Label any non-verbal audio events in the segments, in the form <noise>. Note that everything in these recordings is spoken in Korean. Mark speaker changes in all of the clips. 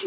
Speaker 1: 그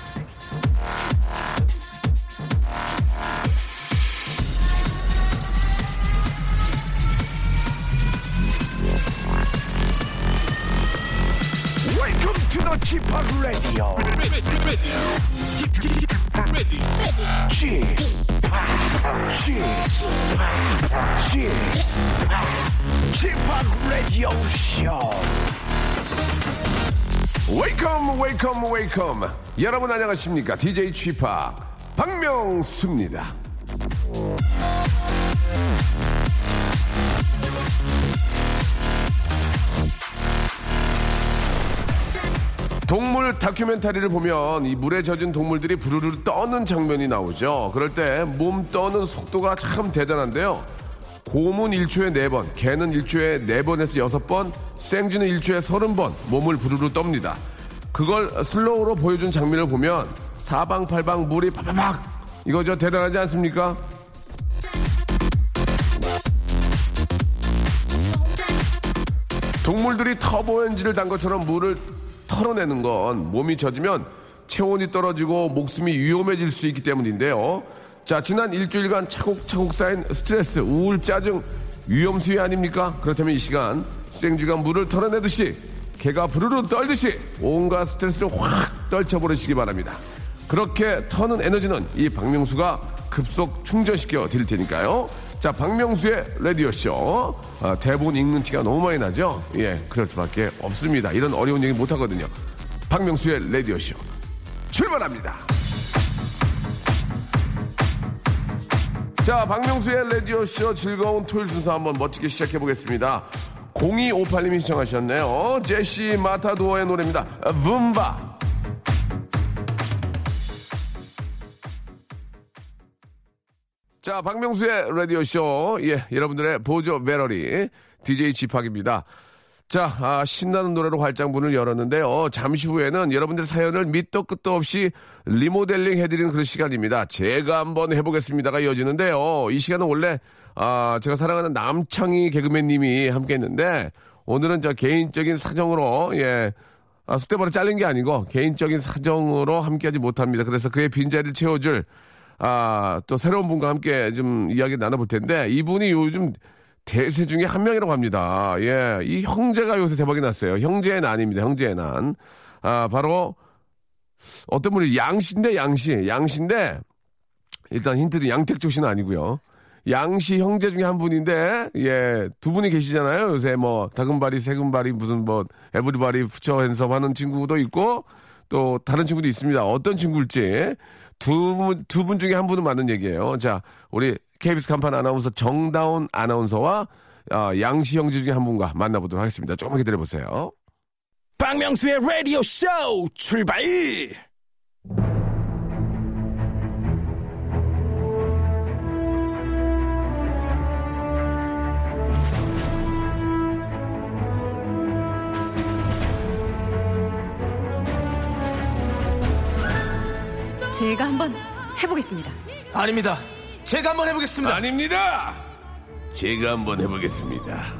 Speaker 2: Welcome to the Chip Radio. Chip, Chip, Chip, Radio Show. Welcome, welcome, welcome. 여러분 안녕하십니까? DJ Chip 박명수입니다. 동물 다큐멘터리를 보면 이 물에 젖은 동물들이 부르르 떠는 장면이 나오죠. 그럴 때 몸 떠는 속도가 참 대단한데요. 곰은 1초에 4번, 개는 1초에 4번에서 6번, 생쥐는 1초에 30번 몸을 부르르 떱니다. 그걸 슬로우로 보여준 장면을 보면 사방팔방 물이 파파박 이거죠 대단하지 않습니까? 동물들이 터보 엔진을 단 것처럼 물을 털어내는 건 몸이 젖으면 체온이 떨어지고 목숨이 위험해질 수 있기 때문인데요. 자, 지난 일주일간 차곡차곡 쌓인 스트레스, 우울, 짜증, 위험 수위 아닙니까? 그렇다면 이 시간 생쥐가 물을 털어내듯이 개가 부르르 떨듯이 온갖 스트레스를 확 떨쳐버리시기 바랍니다. 그렇게 터는 에너지는 이 박명수가 급속 충전시켜 드릴 테니까요. 자, 박명수의 라디오쇼. 아, 대본 읽는 티가 너무 많이 나죠? 예, 그럴 수밖에 없습니다. 이런 어려운 얘기 못 하거든요. 박명수의 라디오쇼. 출발합니다. 자, 박명수의 라디오쇼 즐거운 토요일 순서 한번 멋지게 시작해 보겠습니다. 0258님이 신청하셨네요. 제시 마타도어의 노래입니다. 아, 붐바. 자, 박명수의 라디오쇼. 예, 여러분들의 보조 메러리. DJ 지팍입니다. 자, 아, 신나는 노래로 활짝 문을 열었는데요. 잠시 후에는 여러분들 사연을 밑도 끝도 없이 리모델링 해드리는 그런 시간입니다. 제가 한번 해보겠습니다가 이어지는데요. 이 시간은 원래, 아, 제가 사랑하는 남창희 개그맨님이 함께 했는데, 오늘은 저 개인적인 사정으로, 예, 아, 숙대바로 잘린 게 아니고 개인적인 사정으로 함께하지 못합니다. 그래서 그의 빈자리를 채워줄 아, 또 새로운 분과 함께 좀 이야기 나눠볼 텐데 이분이 요즘 대세 중에 한 명이라고 합니다. 예, 이 형제가 요새 대박이 났어요. 형제의 난입니다. 형제의 난. 아, 바로 어떤 분이 양씨인데 양씨, 양씨인데 일단 힌트는 양택조 씨는 아니고요. 양씨 형제 중에 한 분인데 예 두 분이 계시잖아요 요새 뭐 다금바리 세금바리 무슨 뭐 에브리바리 부처 핸섬 하는 친구도 있고 또 다른 친구도 있습니다 어떤 친구일지 두 분 두 분 중에 한 분은 맞는 얘기예요 자 우리 KBS 간판 아나운서 정다운 아나운서와 아, 양씨 형제 중에 한 분과 만나보도록 하겠습니다 조금만 기다려 보세요 박명수의 라디오 쇼 출발!
Speaker 3: 제가 한번 해보겠습니다.
Speaker 4: 아닙니다. 제가 한번 해보겠습니다.
Speaker 2: 아닙니다. 제가 한번 해보겠습니다.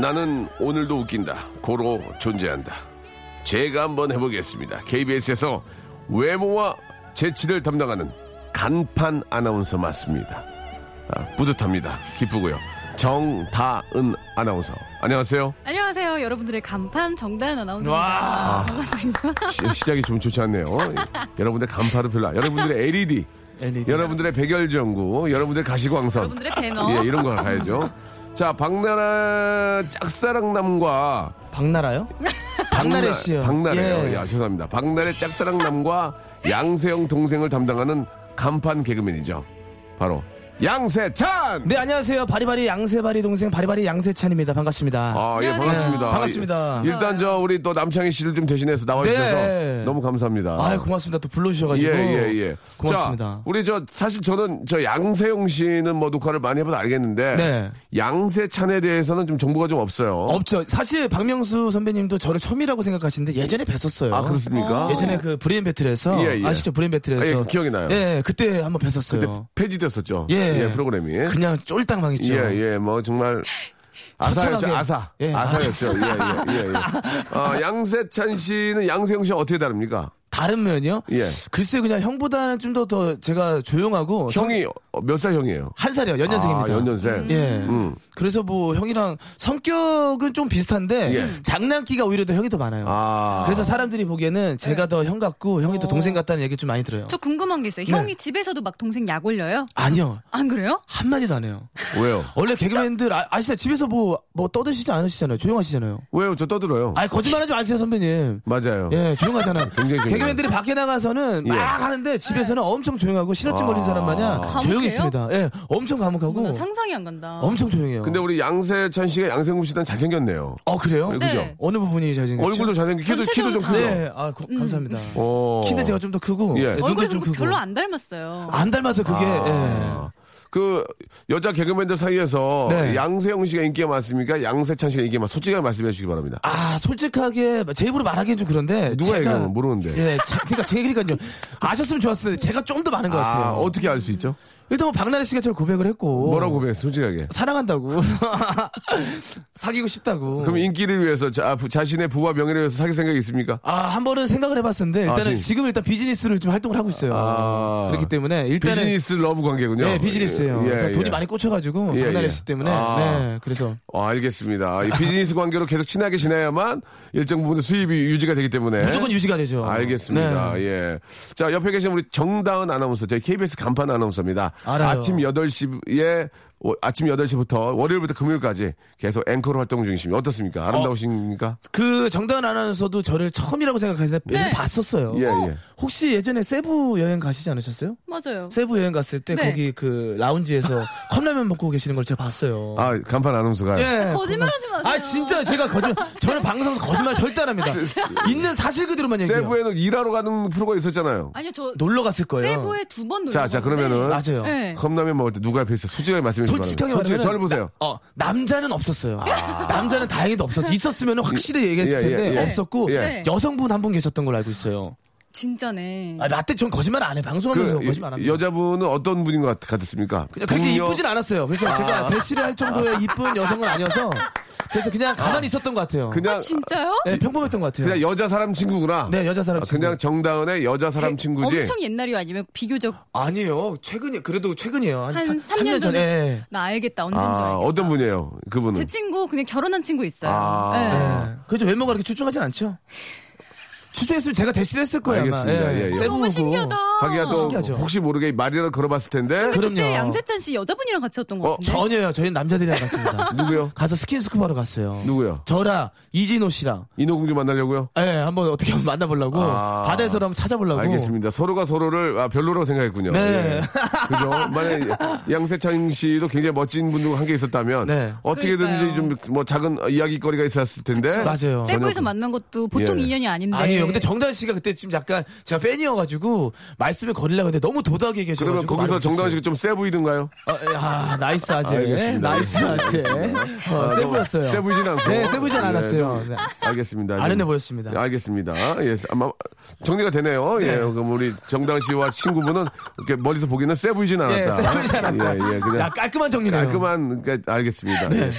Speaker 2: 나는 오늘도 웃긴다. 고로 존재한다. 제가 한번 해보겠습니다. KBS에서 외모와 재치를 담당하는 간판 아나운서 맞습니다. 아, 뿌듯합니다. 기쁘고요. 정다은 아나운서. 안녕하세요.
Speaker 5: 안녕하세요. 여러분들의 간판 정다은 아나운서입니다.
Speaker 4: 와.
Speaker 5: 반갑습니다. <laughs>
Speaker 2: 시, 작이좀 좋지 않네요. 예. 여러분들 간판은 별로. 안- 여러분들의 LED,
Speaker 4: LED.
Speaker 2: 여러분들의 백열전구, 여러분들의 가시광선.
Speaker 5: 여러분들의 배너.
Speaker 2: 예, 이런 걸 가야죠. 자, 박나라 짝사랑남과 <laughs>
Speaker 4: 박나라요? 박나래 씨요.
Speaker 2: 박나래요.
Speaker 4: 예.
Speaker 2: 야, 죄송합니다. 박나래 짝사랑남과 양세형 동생을 담당하는 간판 개그맨이죠. 바로 양세찬.
Speaker 4: 네, 안녕하세요. 바리바리 양세바리 동생 바리바리 양세찬입니다. 반갑습니다.
Speaker 2: 아, 예,
Speaker 5: 안녕하세요.
Speaker 2: 반갑습니다.
Speaker 4: 네, 반갑습니다.
Speaker 2: 예, 일단 저 우리 또 남창희 씨를 좀 대신해서 나와
Speaker 4: 네.
Speaker 2: 주셔서 너무 감사합니다.
Speaker 4: 아유, 고맙습니다. 또 불러주셔가지고.
Speaker 2: 예, 예, 예. 자,
Speaker 4: 고맙습니다.
Speaker 2: 우리 저 사실 저는 저 양세형 씨는 뭐 녹화를 많이 해봐서 알겠는데
Speaker 4: 네.
Speaker 2: 양세찬에 대해서는 좀 정보가 좀 없어요.
Speaker 4: 없죠. 사실 박명수 선배님도 저를 처음이라고 생각하시는데 예전에 뵀었어요.
Speaker 2: 아 그렇습니까?
Speaker 4: 예전에 그 브레인 배틀에서
Speaker 2: 예, 예.
Speaker 4: 아시죠? 브레인 배틀에서
Speaker 2: 아, 예, 기억이 나요.
Speaker 4: 예, 그때 한번 뵀었어요.
Speaker 2: 폐지됐었죠.
Speaker 4: 예.
Speaker 2: 프로그램이.
Speaker 4: 그냥 쫄딱 망했죠.
Speaker 2: 예, 예, 뭐 정말 아사였죠,
Speaker 4: 그렇죠. <laughs> 처참하게.
Speaker 2: 아사.
Speaker 4: 예,
Speaker 2: 아사였죠. 예, 예, 예. 예.
Speaker 4: <laughs>
Speaker 2: 어, 양세찬 씨는 양세형 씨 어떻게 다릅니까?
Speaker 4: 다른 면이요?
Speaker 2: 예.
Speaker 4: 글쎄 그냥 형보다는 좀 더 더 제가 조용하고
Speaker 2: 형이 어, 몇 살 형이에요?
Speaker 4: 한 살이요. 어, 연년생입니다.
Speaker 2: 아, 연년생.
Speaker 4: 예.
Speaker 2: 음.
Speaker 4: 그래서 뭐 형이랑 성격은 좀 비슷한데
Speaker 2: 예.
Speaker 4: 장난기가 오히려 더 형이 더 많아요.
Speaker 2: 아.
Speaker 4: 그래서 사람들이 보기에는 제가 더 형 같고 형이 더 동생 같다는 얘기 좀 많이 들어요.
Speaker 5: 저 궁금한 게 있어요.
Speaker 4: 네.
Speaker 5: 형이 집에서도 막 동생 약 올려요?
Speaker 4: 아니요.
Speaker 5: 안 그래요?
Speaker 4: 한 마디도 안 해요.
Speaker 2: 왜요?
Speaker 4: 원래 개그맨들 아, 아시다 집에서 뭐 뭐 떠드시지 않으시잖아요. 조용하시잖아요.
Speaker 2: 왜요? 저 떠들어요.
Speaker 4: 아니 거짓말하지 마세요 선배님.
Speaker 2: 맞아요.
Speaker 4: 예, 조용하잖아요.
Speaker 2: 어. <laughs> 굉장히 조용해요.
Speaker 4: 개그맨들이 밖에 나가서는 막
Speaker 2: 예.
Speaker 4: 하는데 집에서는 엄청 조용하고 신호증 걸린 사람 마냥
Speaker 2: 아.
Speaker 4: 조용히
Speaker 5: 과묵해요?
Speaker 4: 있습니다. 예, 엄청
Speaker 5: 어머나,
Speaker 4: 과묵하고
Speaker 5: 상상이 안 간다.
Speaker 4: 엄청 조용해요.
Speaker 2: 근데 우리 양세찬 씨가 양세형 씨단 잘생겼네요.
Speaker 4: 어 그래요?
Speaker 2: 네,
Speaker 5: 그죠?
Speaker 4: 어느 부분이 잘생겼죠?
Speaker 2: 얼굴도 잘생기고 키도, 키도 좀
Speaker 5: 전체적으로
Speaker 2: 크고.
Speaker 5: 다.
Speaker 4: 그렇죠. 네, 아 거- 감사합니다.
Speaker 2: 어.
Speaker 4: 키는 제가 좀 더 크고
Speaker 2: 예.
Speaker 4: 예, 눈도
Speaker 5: 음. 얼굴이
Speaker 4: 좀
Speaker 5: 그리고
Speaker 4: 크고
Speaker 5: 뭐 별로 안 닮았어요.
Speaker 4: 안 닮아서 그게 예.
Speaker 2: 아. 그 여자 개그맨들 사이에서
Speaker 4: 네.
Speaker 2: 양세형 씨가 인기가 많습니까? 양세찬 씨가 인기가 많. 솔직하게 말씀해 주시기 바랍니다.
Speaker 4: 예. 아 솔직하게 제 입으로 말하기엔 좀 그런데
Speaker 2: 누가
Speaker 4: 제가
Speaker 2: 얘기하면 모르는데.
Speaker 4: 예, 제, 그러니까 제 그러니까요. 아셨으면 좋았을 텐데 제가 좀 더 많은 것 같아요.
Speaker 2: 아, 어떻게 알 수 있죠?
Speaker 4: 일단 뭐 박나래 씨가 저를 고백을 했고
Speaker 2: 뭐라고 고백해,
Speaker 4: 어.
Speaker 2: 솔직하게.
Speaker 4: 사랑한다고 <laughs> 사귀고 싶다고.
Speaker 2: 그럼 인기를 위해서 자, 신의 부와 명예를 위해서 사귈 생각이 있습니까?
Speaker 4: 아, 한 번은 생각을 해봤었는데, 일단은
Speaker 2: 아, 진-
Speaker 4: 지금 일단 비즈니스를 좀 활동을 하고 있어요.
Speaker 2: 아.
Speaker 4: 그렇기 때문에, 일단은.
Speaker 2: 비즈니스 러브 관계군요.
Speaker 4: 네, 비즈니스예요
Speaker 2: 예,
Speaker 4: 일단
Speaker 2: 예.
Speaker 4: 돈이 많이 꽂혀가지고,
Speaker 2: 예,
Speaker 4: 박나래
Speaker 2: 예.
Speaker 4: 씨 때문에.
Speaker 2: 아.
Speaker 4: 네, 그래서.
Speaker 2: 어, 알겠습니다. 이 비즈니스 관계로 계속 친하게 지내야만 일정 부분의 수입이 유지가 되기 때문에.
Speaker 4: 무조건 유지가 되죠.
Speaker 2: 네? 알겠습니다.
Speaker 4: 네.
Speaker 2: 예. 자, 옆에 계신 우리 정다은 아나운서, 저희 KBS 간판 아나운서입니다.
Speaker 4: 알아요.
Speaker 2: 아침 8시에, 아침 8시부터 월요일부터 금요일까지 계속 앵커로 활동 중이십니다. 어떻습니까? 아름다우십니까?
Speaker 4: 그 정다은 아나운서도 저를 처음이라고 생각하시는데, 예전 봤었어요.
Speaker 2: 네. 예, 예.
Speaker 4: 혹시 예전에 세부 여행 가시지 않으셨어요?
Speaker 5: 맞아요.
Speaker 4: 세부 여행 갔을 때,
Speaker 5: 네.
Speaker 4: 거기 그
Speaker 2: <laughs>
Speaker 4: 라운지에서 컵라면 먹고 계시는 걸 제가 봤어요.
Speaker 2: 아, 간판 아나운서가.
Speaker 4: 예.
Speaker 5: 거짓말하지 마세요.
Speaker 4: 아 진짜 제가 거짓말 저는 방송에서 거짓말 절대 안 합니다. 있는 사실 그대로만 얘기해요.
Speaker 2: 세부에는 일하러 가는 프로가 있었잖아요.
Speaker 5: 아니요, 저
Speaker 4: 놀러 갔을 거예요.
Speaker 5: 세부에 두 번 놀러
Speaker 2: 자, 자,
Speaker 5: 갔는데
Speaker 2: 그러면은.
Speaker 4: 맞아요.
Speaker 5: 네.
Speaker 2: 컵라면 먹을 때 누가 옆에 있어? 솔직하게 말씀해 주세요.
Speaker 4: 솔직하게
Speaker 2: 솔직히
Speaker 4: 말하면
Speaker 2: 저를 보세요. 아.
Speaker 4: 어, 남자는 없었어요. 남자는 다행히도 없었어. 있었으면 확실히 얘기했을
Speaker 2: 예, 예,
Speaker 4: 텐데
Speaker 2: 예.
Speaker 4: 없었고
Speaker 2: 예.
Speaker 5: 네.
Speaker 4: 여성분 한 분 계셨던 걸로 알고 있어요.
Speaker 5: 진짜네.
Speaker 4: 아, 나때 전 거짓말 안 해. 방송하면서
Speaker 2: 그
Speaker 4: 거짓말 안 합니다.
Speaker 2: 여자분은 어떤 분인 것 같, 같았습니까?
Speaker 4: 그냥 그렇게
Speaker 2: 동료?
Speaker 4: 이쁘진 않았어요. 그래서
Speaker 2: 아.
Speaker 4: 제가 대시를 할 정도의
Speaker 2: <laughs>
Speaker 4: 이쁜 여성은 아니어서 그래서 그냥 가만히 있었던 것 같아요.
Speaker 2: 그냥
Speaker 5: 진짜요?
Speaker 4: 네, 평범했던 것 같아요.
Speaker 2: 그냥 여자 사람 친구구나.
Speaker 4: 네, 여자 사람
Speaker 2: 아, 그냥
Speaker 4: 친구.
Speaker 2: 정다은의 여자 사람 친구지.
Speaker 5: 예, 엄청 옛날이요 아니면 비교적
Speaker 4: 아니에요. 최근이 그래도 최근이에요. 한,
Speaker 5: 한
Speaker 4: 3,
Speaker 5: 3년,
Speaker 4: 년 전에. 예. 음.
Speaker 5: 전에 나 알겠다 언젠
Speaker 2: 아,
Speaker 5: 줄 알겠다.
Speaker 2: 어떤 분이에요? 그분은.
Speaker 5: 제 친구 그냥 결혼한 친구 있어요.
Speaker 2: 아.
Speaker 5: 네.
Speaker 4: 예. 그렇죠. 외모가 그렇게 출중하진 않죠. 출중했으면 제가 대시를 했을 거예요.
Speaker 2: 알겠습니다.
Speaker 4: 아마.
Speaker 2: 예, 예.
Speaker 4: 세부고.
Speaker 5: 너무 신기하다.
Speaker 2: 하기가 또
Speaker 4: 신기하죠.
Speaker 2: 혹시 모르게 말이라도 걸어봤을 텐데.
Speaker 4: 그럼-
Speaker 5: 그때
Speaker 4: 그럼요.
Speaker 5: 양세찬 씨 여자분이랑 같이 왔던 것
Speaker 2: 어,
Speaker 5: 같은데.
Speaker 4: 전혀요. 저희는 남자들이랑
Speaker 5: <laughs>
Speaker 4: 갔습니다.
Speaker 2: 누구요?
Speaker 4: 가서 스킨스쿠버로 갔어요.
Speaker 2: 누구요?
Speaker 4: 저랑 이진호 씨랑.
Speaker 2: 인어공주 만나려고요?
Speaker 4: 예, 한번 어떻게 한번 만나보려고.
Speaker 2: 아.
Speaker 4: 바다에서 한번 찾아보려고.
Speaker 2: 알겠습니다. 서로가 서로를 아, 별로라고 생각했군요.
Speaker 4: 어. 네.
Speaker 2: 예. 그죠? 만약 양세찬 씨도 굉장히 멋진 분도 한 게 있었다면
Speaker 4: 네.
Speaker 2: 어떻게든지
Speaker 5: 그러니까요.
Speaker 2: 좀 뭐 작은 이야기거리가 있었을 텐데
Speaker 4: 맞아요.
Speaker 5: 세부에서 만난 것도 보통
Speaker 2: 예.
Speaker 5: 인연이 아닌데.
Speaker 4: 아니에요. 근데 정다은 씨가 그때 지금 약간 제가 팬이어가지고 말씀을 걸리려고 했는데 너무 도닥이
Speaker 2: 그러면
Speaker 4: 얘기하셔가지고.
Speaker 2: 거기서
Speaker 4: 말을
Speaker 2: 정다은 씨가
Speaker 4: 못했어요.
Speaker 2: 좀 세 보이던가요?
Speaker 4: 어, 예, 아, 나이스 아재.
Speaker 2: 알겠습니다.
Speaker 4: 나이스 아재. 어,
Speaker 2: 아,
Speaker 4: 세부였어요.
Speaker 2: 세 보이진 않고.
Speaker 4: 네, 세 보이진
Speaker 2: 예,
Speaker 4: 않았어요.
Speaker 2: 좀
Speaker 4: 네.
Speaker 2: 알겠습니다.
Speaker 4: 아련해
Speaker 2: 좀-
Speaker 4: 보였습니다.
Speaker 2: 예, 알겠습니다. 예, 아마 정리가 되네요. 예, 그럼 우리 정당 씨와 친구분은 이렇게 멀리서 보기는 세 보이진 않았다.
Speaker 4: 예, 세 보이진 않았다.
Speaker 2: 예, 예, 그냥
Speaker 4: 야, 아, 깔끔한 정리네요. 네.
Speaker 2: 깔끔한 그러니까 알겠습니다. 예.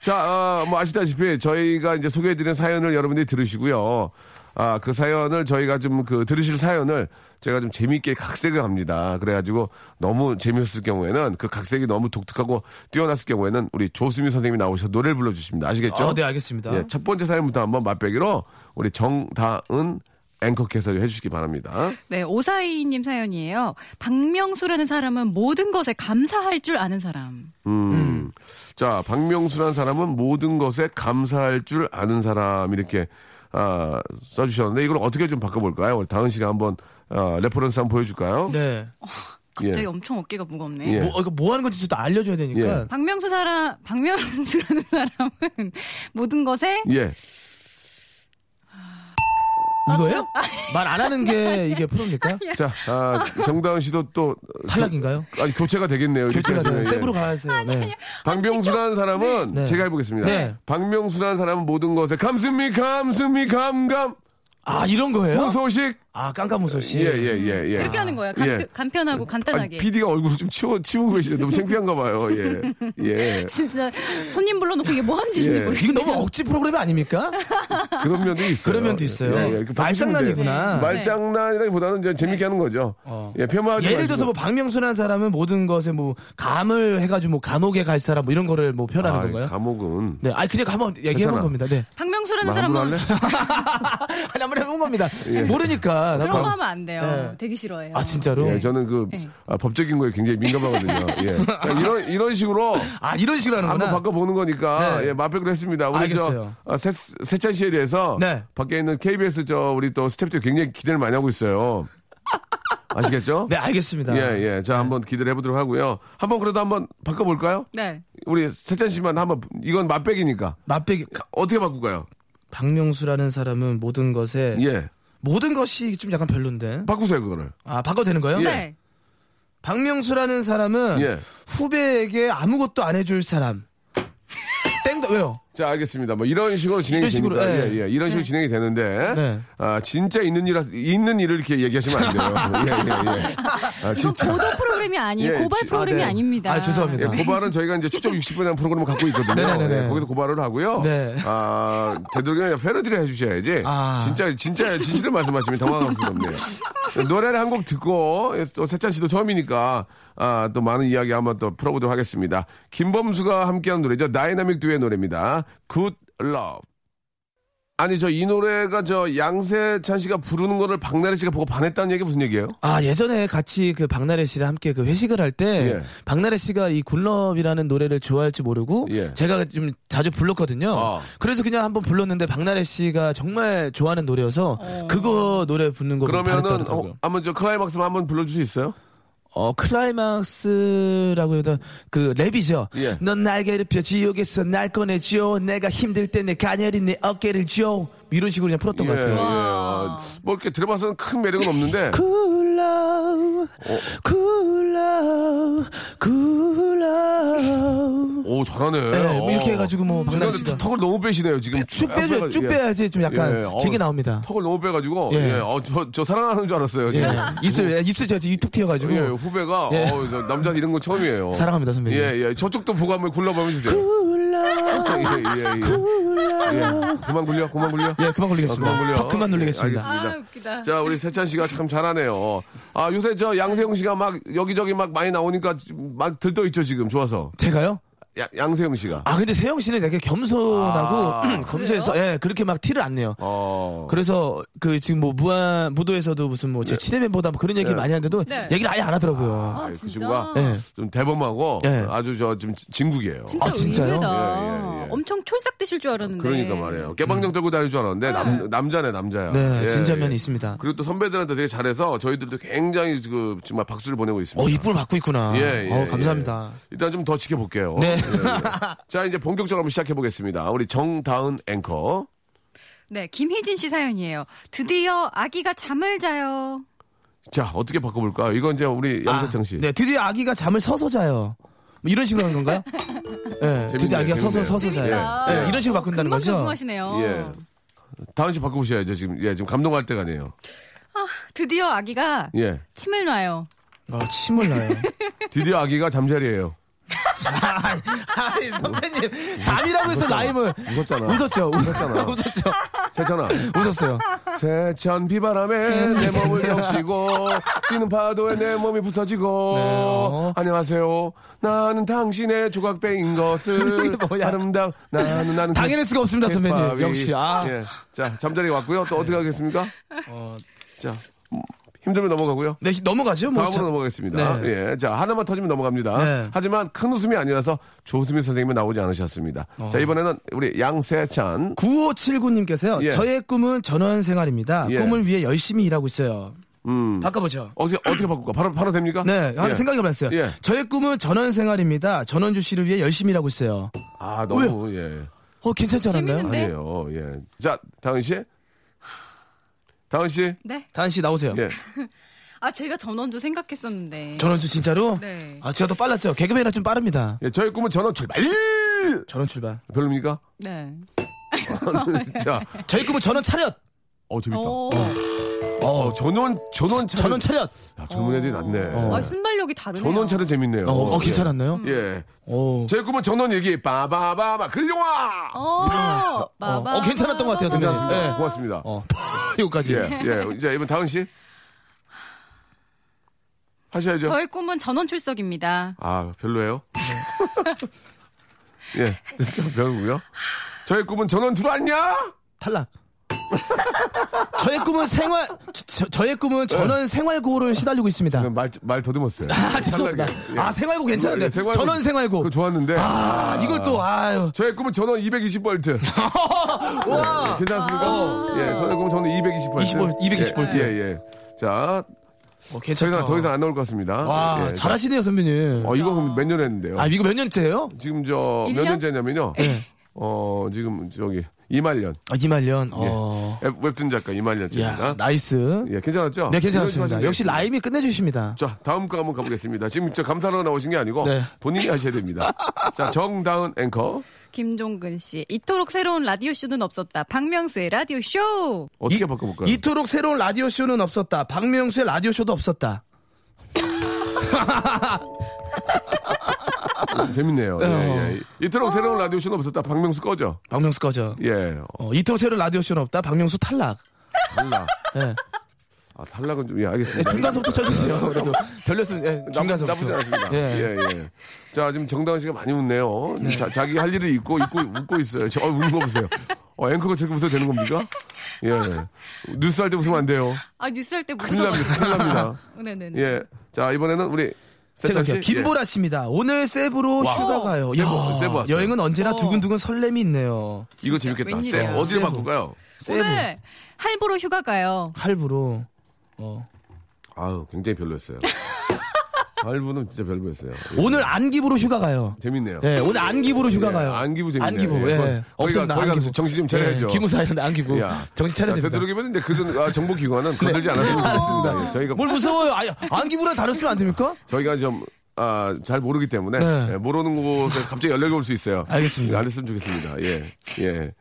Speaker 2: 자, 어, 뭐 아시다시피 저희가 이제 소개해드린 사연을 여러분들이 들으시고요. 아, 그 사연을 저희가 좀 그 들으실 사연을 제가 좀 재미있게 각색을 합니다. 그래가지고 너무 재미있을 경우에는 그 각색이 너무 독특하고 뛰어났을 경우에는 우리 조수미 선생님이 나오셔서 노래를 불러주십니다. 아시겠죠?
Speaker 4: 어, 네, 알겠습니다.
Speaker 2: 예, 첫 번째 사연부터 한번 맛보기로 우리 정다은 앵커께서 해주시기 바랍니다.
Speaker 5: 네, 오사이님 사연이에요. 박명수라는 사람은 모든 것에 감사할 줄 아는 사람.
Speaker 2: 음. 자, 박명수란 사람은 모든 것에 감사할 줄 아는 사람 이렇게 아, 아, 써주셨는데 이걸 어떻게 좀 바꿔볼까요? 우리 다은 씨가 한번 어, 레퍼런스 한번 보여줄까요?
Speaker 4: 네.
Speaker 5: 갑자기
Speaker 2: 예.
Speaker 5: 엄청 어깨가 무겁네.
Speaker 2: 예.
Speaker 4: 뭐, 어, 이거 뭐 하는 건지 저도 알려줘야 되니까.
Speaker 2: 예.
Speaker 5: 박명수 사람, 박명수라는 사람은 모든 것에
Speaker 2: 예.
Speaker 4: 이거예요? 말 안 하는 게 이게 프로입니까?
Speaker 2: 자, 아, 정다은 씨도 또
Speaker 4: 탈락인가요?
Speaker 2: 교- 아니 교체가 되겠네요.
Speaker 4: 교체가 되는
Speaker 2: 예.
Speaker 4: 세부로 가세요. 네.
Speaker 2: 박명수라는 사람은
Speaker 4: 네.
Speaker 2: 제가 해보겠습니다.
Speaker 4: 네.
Speaker 2: 박명수라는 사람은 모든 것에 감슴미 감슴미 감감
Speaker 4: 아 이런 거예요?
Speaker 2: 무소식
Speaker 4: 아 깜깜무소식.
Speaker 2: 예 예 예예
Speaker 5: 이렇게 하는 거야. 간,
Speaker 2: 예.
Speaker 5: 간편하고 간단하게.
Speaker 2: PD가 얼굴을 좀 치워 치우고 계시는데 너무 창피한가 봐요. 예. 예.
Speaker 5: 진짜 손님 불러놓고 이게 뭐 하는 짓인지
Speaker 2: 예.
Speaker 5: 모르겠어.
Speaker 4: 이거 너무 억지 프로그램 아닙니까?
Speaker 2: 그런 면도 있어요.
Speaker 4: 그런 면도 있어요.
Speaker 2: 예, 예. 그
Speaker 4: 말장난이구나. 네.
Speaker 2: 방송인데 말장난이라기보다는 이제 재밌게 하는 거죠.
Speaker 4: 어.
Speaker 2: 예, 폄하하지
Speaker 4: 예를
Speaker 2: 마시고.
Speaker 4: 들어서 뭐 박명수라는 사람은 모든 것에 뭐 감을 해가지고 뭐 감옥에 갈 사람 뭐 이런 거를 뭐 표현하는
Speaker 2: 아이,
Speaker 4: 건가요?
Speaker 2: 감옥은
Speaker 4: 네, 아니 그냥 한번 얘기해본
Speaker 2: 괜찮아.
Speaker 4: 겁니다. 네, <laughs>
Speaker 5: 박명수라는
Speaker 2: 뭐 함부로
Speaker 5: 사람은
Speaker 2: 할래?
Speaker 4: 아니 한번 해본 겁니다.
Speaker 2: 예,
Speaker 4: 모르니까.
Speaker 5: 그런 거
Speaker 4: 나도-
Speaker 5: 하면 안 돼요.
Speaker 4: 네.
Speaker 5: 되게 싫어해요.
Speaker 4: 아 진짜로?
Speaker 2: 예, 저는 그
Speaker 5: 예.
Speaker 2: 아, 법적인 거에 굉장히
Speaker 4: <laughs>
Speaker 2: 민감하거든요. 예. 자, 이런 이런 식으로
Speaker 4: 아 이런 식으로 하는구나.
Speaker 2: 한번 바꿔보는 거니까
Speaker 4: 네.
Speaker 2: 예, 맞백을 했습니다. 우리
Speaker 4: 알겠어요.
Speaker 2: 저 아, 세, 세찬 씨에 대해서
Speaker 4: 네.
Speaker 2: 밖에 있는 KBS 저 우리 또 스태프들 굉장히 기대를 많이 하고 있어요. 아시겠죠?
Speaker 4: 네, 알겠습니다.
Speaker 2: 예, 예. 자, 한번 기대를 해보도록 하고요. 한번 그래도 한번 바꿔볼까요?
Speaker 5: 네.
Speaker 2: 우리 세찬 씨만 한번 이건 맞백이니까
Speaker 4: 맛배기
Speaker 2: 어떻게 바꿀까요?
Speaker 4: 박명수라는 사람은 모든 것에
Speaker 2: 예,
Speaker 4: 모든 것이 좀 약간 별론데.
Speaker 2: 바꾸세요 그거를.
Speaker 4: 아 바꿔도 되는 거예요?
Speaker 2: 예.
Speaker 5: 네.
Speaker 4: 박명수라는 사람은
Speaker 2: 예.
Speaker 4: 후배에게 아무것도 안 해줄 사람. 땡도 왜요?
Speaker 2: 자, 알겠습니다. 뭐 이런 식으로 진행이
Speaker 4: 이런 식으로,
Speaker 2: 됩니다.
Speaker 4: 예.
Speaker 2: 예, 예. 이런 식으로 진행이 되는데
Speaker 4: 네.
Speaker 2: 아 진짜 있는 일 있는 일을 이렇게 얘기하시면 안 돼요.
Speaker 4: <laughs>
Speaker 2: 예, 예, 예. 아,
Speaker 5: 이건
Speaker 2: 진짜.
Speaker 5: 보도 프로그램이 아니에요.
Speaker 2: <laughs> 예,
Speaker 5: 고발
Speaker 2: 지- 아,
Speaker 5: 프로그램이
Speaker 4: 네.
Speaker 5: 아, 닙니다
Speaker 4: 아, 죄송합니다.
Speaker 2: 예, 고발은 저희가 이제 추적 60분이라는 프로그램을 갖고 있거든요.
Speaker 4: 네네네네.
Speaker 2: 예, 거기서 고발을 하고요.
Speaker 4: 네.
Speaker 2: 아, 되도록이면 패러디를 해주셔야지.
Speaker 4: 아.
Speaker 2: 진짜, 진짜, 진실을 말씀하시면 당황스럽네요. 노래를 한 곡 듣고, 예, 또 세찬 씨도 처음이니까, 아, 또 많은 이야기 한번 또 풀어보도록 하겠습니다. 김범수가 함께한 노래죠. 다이나믹 듀의 노래입니다. Good Love. 아니, 저 이 노래가 저 양세찬 씨가 부르는 거를 박나래 씨가 보고 반했다는 얘기 무슨 얘기예요?
Speaker 4: 아 예전에 같이 그 박나래 씨랑 함께 그 회식을 할 때
Speaker 2: 예.
Speaker 4: 박나래 씨가 이 굴럽이라는 노래를 좋아할지 모르고
Speaker 2: 예.
Speaker 4: 제가 좀 자주 불렀거든요.
Speaker 2: 아.
Speaker 4: 그래서 그냥 한번 불렀는데 박나래 씨가 정말 좋아하는 노래여서 그거 노래 부르는 거
Speaker 2: 그러면은,
Speaker 4: 반했다더라고요.
Speaker 2: 어, 한번 저 클라이막스 한번 불러줄 수 있어요?
Speaker 4: 어 클라이막스라고 해도 그 랩이죠.
Speaker 2: 예.
Speaker 4: 넌날 괴롭혀 지옥에서 날 꺼내줘. 내가 힘들 때 내 가녀린 내 어깨를 줘. 이런 식으로 그냥 풀었던 것
Speaker 2: 예,
Speaker 4: 같아요. 그
Speaker 2: 예. 아, 뭐 이렇게 들어봐서는 큰 매력은 없는데
Speaker 4: 굴러 굴러 굴러.
Speaker 2: 오 잘하네.
Speaker 4: 네, 뭐 이렇게
Speaker 2: 어.
Speaker 4: 해가지고 뭐 박나래
Speaker 2: 죄송한데
Speaker 4: 씨가
Speaker 2: 턱을 너무 빼시네요 지금.
Speaker 4: 쭉 빼줘요. 쭉 빼야지 좀 약간
Speaker 2: 예, 예.
Speaker 4: 길게
Speaker 2: 어,
Speaker 4: 나옵니다.
Speaker 2: 턱을 너무 빼가지고
Speaker 4: 예.
Speaker 2: 예. 어, 저, 저 사랑하는 줄 알았어요.
Speaker 4: 예.
Speaker 2: 지금.
Speaker 4: 입술 예, 입술 제가 지금 툭 튀어가지고
Speaker 2: 예, 후배가
Speaker 4: 예.
Speaker 2: 어, 저 남자 이런 건 처음이에요.
Speaker 4: 사랑합니다 선배님. 그
Speaker 2: 예, 예. 저쪽도 보고 한번 굴러보면 주세요.
Speaker 4: 굴러
Speaker 2: 예, 예, 예. 예. 그만 굴려, 그만 굴려.
Speaker 4: 그 예 그만 걸리겠습니다.
Speaker 2: 아, 그만 굴려.
Speaker 4: 턱 그만
Speaker 2: 예,
Speaker 4: 놀리겠습니다.
Speaker 2: 알겠습니다.
Speaker 5: 아, 웃기다.
Speaker 2: 자, 우리 세찬 씨가 참 잘하네요. 아, 요새 저 양세형 씨가 막 여기저기 막 많이 나오니까 막 들떠 있죠 지금 좋아서.
Speaker 4: 제가요?
Speaker 2: 야- 양세형 씨가.
Speaker 4: 아 근데 세영 씨는 되게 겸손하고 <clears throat>
Speaker 2: 아.
Speaker 4: 검소해서 예 그렇게 막 티를 안 내요.
Speaker 2: 어.
Speaker 4: 그래서 그 지금 뭐 무한 무도에서도 무슨 뭐
Speaker 2: 예.
Speaker 4: 제 친해 멤버다 뭐 그런 얘기
Speaker 2: 네.
Speaker 4: 많이 하는데도
Speaker 5: 네.
Speaker 4: 얘기를 아예 안 하더라고요.
Speaker 5: 아,
Speaker 2: 그
Speaker 5: 진짜?
Speaker 2: 친구가
Speaker 4: 예.
Speaker 2: 좀 대범하고
Speaker 4: 예.
Speaker 2: 아주 저 좀 진국이에요.
Speaker 5: 진짜
Speaker 4: 아, 진짜요?
Speaker 5: 의외다.
Speaker 2: 예, 예, 예.
Speaker 5: 엄청 촐싹 드실 줄 알았는데.
Speaker 2: 그러니까 말이에요. 깨방정 들고 다닐 줄 알았는데 남, 남자네 남자야.
Speaker 4: 음. 네,
Speaker 2: 예,
Speaker 4: 진짜면이
Speaker 2: 예.
Speaker 4: 있습니다.
Speaker 2: 그리고 또 선배들한테 되게 잘해서 저희들도 굉장히 그 정말 박수를 보내고 있습니다.
Speaker 4: 어 이쁨을 받고 있구나.
Speaker 2: 예, 예,
Speaker 4: 어 감사합니다.
Speaker 2: 예. 일단 좀 더 지켜볼게요. 예,
Speaker 4: 네.
Speaker 2: 예. 자 이제 본격적으로 한번 시작해 보겠습니다. 우리 정다은 앵커.
Speaker 5: 네, 김희진 씨 사연이에요. 드디어 아기가 잠을 자요.
Speaker 2: 자 어떻게 바꿔볼까요? 이건 이제 우리 양세창 씨.
Speaker 4: 아, 네, 드디어 아기가 잠을 서서 자요. 뭐 이런 식으로 하는
Speaker 2: <laughs>
Speaker 4: 건가요? 예, 드디어 아기가 서서
Speaker 2: 재밌네요.
Speaker 4: 서서 자요.
Speaker 5: 재밌다.
Speaker 4: 예, 이런 식으로 바꾼다는
Speaker 5: 금방
Speaker 4: 거죠.
Speaker 5: 적응하시네요.
Speaker 2: 예. 다은 씨 바꿔보셔야죠 지금. 예, 지금 감동할 때가 아니에요.
Speaker 5: 드디어 아기가
Speaker 2: 예.
Speaker 5: 침을 놔요.
Speaker 4: 아, 침을 나요. <laughs>
Speaker 2: 드디어 아기가 잠자리예요.
Speaker 4: 아니 선배님 잠이라고 해서 라임을
Speaker 2: 웃었잖아.
Speaker 4: 웃었죠.
Speaker 2: 웃었잖아.
Speaker 4: <laughs> 웃었죠. <laughs>
Speaker 2: 세찬아. <laughs>
Speaker 4: 웃었어요.
Speaker 2: 세찬
Speaker 4: 음.
Speaker 2: 비바람에 내 몸을 적시고 뛰는 파도에 내 몸이 부서지고
Speaker 4: 네.
Speaker 2: 안녕하세요 나는 당신의 조각배인 것을
Speaker 4: <laughs> 이게 뭐야?
Speaker 2: 아름다운 나는 나는
Speaker 4: 당해낼 수가 없습니다, 선배님.
Speaker 2: 햇밥이.
Speaker 4: 역시, 아.
Speaker 2: 예. 자 잠자리 왔고요 또 어떻게 하겠습니까 자 음, 힘들면 넘어가고요
Speaker 4: 네 넘어가죠. 뭐
Speaker 2: 다음으로
Speaker 4: 자-
Speaker 2: 넘어가겠습니다.
Speaker 4: 네.
Speaker 2: 예, 자 하나만 터지면 넘어갑니다.
Speaker 4: 네.
Speaker 2: 하지만 큰 웃음이 아니라서 조수미 선생님은 나오지 않으셨습니다.
Speaker 4: 어.
Speaker 2: 자 이번에는 우리 양세찬
Speaker 4: 9579님께서요.
Speaker 2: 예.
Speaker 4: 저의 꿈은 전원 생활입니다.
Speaker 2: 예. 음.
Speaker 4: 꿈을 위해 열심히 일하고 있어요. 바꿔보죠.
Speaker 2: 어떻게 어떻게 바꿀까? 바로 바로 됩니까?
Speaker 4: <laughs> 네, 한
Speaker 2: 예.
Speaker 4: 생각해 봤어요.
Speaker 2: 예.
Speaker 4: 저의 꿈은 전원 생활입니다. 전원주 씨를 위해 열심히 일하고 있어요.
Speaker 2: 아 너무 예
Speaker 4: 어, 괜찮지 않았나요?
Speaker 5: 재밌는데? 네.
Speaker 2: 아니에요 예. 자 다은 씨, 다은 씨,
Speaker 5: 네.
Speaker 4: 다은 씨 나오세요.
Speaker 2: 예.
Speaker 5: 아 제가 전원도 생각했었는데.
Speaker 4: 전원주 진짜로?
Speaker 5: 네.
Speaker 4: 아, 제가 더 빨랐죠. 개그맨이라 좀 빠릅니다.
Speaker 2: 예, 저희 꿈은 전원 출발.
Speaker 4: 전원 출발.
Speaker 2: 별로입니까? <laughs>
Speaker 5: 네.
Speaker 2: 자,
Speaker 4: 저희 꿈은 전원 차렷.
Speaker 2: 어 재밌다.
Speaker 5: 오.
Speaker 2: 어, 전원 전원 차는
Speaker 4: 전원 차렷.
Speaker 2: 야, 젊은 애들이 낫네.
Speaker 5: 아, 순발력이 다르네요.
Speaker 2: 전원 차는 재밌네요.
Speaker 4: 어, 어, 괜찮았나요?
Speaker 2: 예. 예.
Speaker 4: 어.
Speaker 2: 제 꿈은 전원 얘기. 빠바바바 그 글룡아.
Speaker 5: 어.
Speaker 4: 어, 괜찮았던 것 같아요, 선생님.
Speaker 2: 괜찮습니다.
Speaker 4: 예.
Speaker 2: 네, 고맙습니다.
Speaker 4: 어. 네. 여기까지.
Speaker 2: 예, 예. 이제 이번 다은 씨 하셔야죠.
Speaker 5: 저의 꿈은 전원 출석입니다.
Speaker 2: 아, 별로예요?
Speaker 4: 네.
Speaker 2: <laughs> 예, 진짜 별로고요. 저의 꿈은 전원 들어왔냐?
Speaker 4: 탈락. <laughs> 저의 꿈은 생활, 저, 저의 꿈은
Speaker 2: 예.
Speaker 4: 전원 생활고를 시달리고 있습니다.
Speaker 2: 말, 말 더듬었어요.
Speaker 4: 아, 죄송합니다.
Speaker 2: 그 탈락이에요. 예.
Speaker 4: 아, 생활고 괜찮은데.
Speaker 2: 예, 생활고-
Speaker 4: 전원 생활고.
Speaker 2: 그거 좋았는데.
Speaker 4: 아, 이걸 또, 아유. <laughs>
Speaker 2: 저의 꿈은 전원 220볼트.
Speaker 4: 와!
Speaker 2: 괜찮습니까?
Speaker 4: 아.
Speaker 2: 예, 저의 꿈은 전원 220볼트.
Speaker 4: 20V, 220V.
Speaker 2: 예, 예. 예. 자,
Speaker 4: 어,
Speaker 2: 저희가
Speaker 4: 괜찮다.
Speaker 2: 더 이상 안 나올 것 같습니다.
Speaker 4: 와,
Speaker 2: 예,
Speaker 4: 잘하시네요, 선배님.
Speaker 2: 어, 이거 몇 년 했는데요.
Speaker 4: 아, 이거 몇 년째예요?
Speaker 2: 지금 저 몇
Speaker 5: 일 년?
Speaker 2: 년째냐면요.
Speaker 4: 예.
Speaker 2: 어, 지금 저기 이말년.
Speaker 4: 아, 이말년. 어.
Speaker 2: 예. 웹툰 작가 이말년
Speaker 4: 야,
Speaker 2: 째입니다.
Speaker 4: 나이스.
Speaker 2: 예, 괜찮았죠?
Speaker 4: 네, 괜찮았습니다.
Speaker 2: 이런 식으로
Speaker 4: 역시
Speaker 2: 하시면
Speaker 4: 라임이 끝내주십니다.
Speaker 2: 자, 다음 거 한번 가보겠습니다. 지금 저 감탄하러 나오신 게 아니고
Speaker 4: 네.
Speaker 2: 본인이 하셔야 됩니다. 자, 정다은 앵커.
Speaker 5: 김종근 씨. 이토록 새로운 라디오 쇼는 없었다. 박명수의 라디오 쇼.
Speaker 2: 어떻게 바꿔볼까요?
Speaker 4: 이토록 새로운 라디오 쇼는 없었다. 박명수의 라디오 쇼도 없었다.
Speaker 2: 재밌네요.
Speaker 4: 어.
Speaker 2: 예, 예. 이토록 새로운 라디오 쇼는 없었다. 박명수 꺼져.
Speaker 4: 박명수 꺼져.
Speaker 2: 예. 어,
Speaker 4: 어, 이토록 새로운 라디오 쇼는 없다. 박명수 탈락.
Speaker 2: 탈락. <laughs>
Speaker 4: 예.
Speaker 2: 아, 탈락은 좀, 예,
Speaker 4: 예,
Speaker 2: 알겠습니다. <laughs>
Speaker 4: 중간서부터 쳐주세요. 그래도 별렸으면 예,
Speaker 2: 나-
Speaker 4: 중간서부터.
Speaker 2: 나쁘지 않습니다.
Speaker 4: 예.
Speaker 2: 예, 예. 자, 지금 정다은 씨가 많이 웃네요. 자, 자기 할 일을 잊고, 잊고, 웃고 있어요. 저, 어, 웃는 거 보세요. 어, 앵커가 저렇게 웃어도 되는 겁니까? 예. 뉴스 할 때 웃으면 안 돼요.
Speaker 5: 아 뉴스 할 때 무슨
Speaker 2: 큰일 납니다. 큰일 납니다.
Speaker 5: <laughs> 네네네.
Speaker 2: 예. 자, 이번에는 우리.
Speaker 4: 제가
Speaker 2: 세찬 씨?
Speaker 4: 할게요. 김보라 씨입니다. 오늘 세부로 휴가 가요.
Speaker 2: 세부, 세부 왔어요.
Speaker 4: 여행은 언제나
Speaker 5: 어.
Speaker 4: 두근두근 설렘이 있네요.
Speaker 2: 예. 이거
Speaker 5: 진짜
Speaker 2: 재밌겠다.
Speaker 5: 웬일이야.
Speaker 2: 쌤, 어디를
Speaker 4: 세부.
Speaker 2: 바꿀까요?
Speaker 4: 세부
Speaker 5: 오늘 할부로 휴가 가요.
Speaker 4: 할부로 어.
Speaker 2: 아우, 굉장히
Speaker 4: <laughs>
Speaker 2: 별로였어요. 알부는 진짜 별로였어요. 예.
Speaker 4: 오늘 안기부로 휴가 가요.
Speaker 2: 재밌네요.
Speaker 4: 예, 오늘 안기부로 휴가
Speaker 2: 예,
Speaker 4: 가요.
Speaker 2: 안기부 재밌네요.
Speaker 4: 안기부.
Speaker 2: 예,
Speaker 4: 예.
Speaker 2: 거기 가-
Speaker 4: 없었나
Speaker 2: 거기 가서
Speaker 4: 안기부.
Speaker 2: 정신 좀 차려야죠.
Speaker 4: 예, 기무사 이런데 안기부.
Speaker 2: 야.
Speaker 4: 정신
Speaker 2: 자,
Speaker 4: 차려야 됩니다. 네.
Speaker 2: 되도록이면 이제 그 아,
Speaker 4: <laughs>
Speaker 2: 정보기관은 건들지 않았으면 좋겠습니다. 예, 저희가
Speaker 4: 뭘 무서워요? 아니, 안기부랑 다뤘으면 안 됩니까?
Speaker 2: 저희가 좀, 아, 잘 모르기 때문에,
Speaker 4: 네.
Speaker 2: 예, 모르는 곳에 갑자기 연락이 올 수 있어요.
Speaker 4: 알겠습니다.
Speaker 2: 예, 안 했으면 좋겠습니다. 예, 예.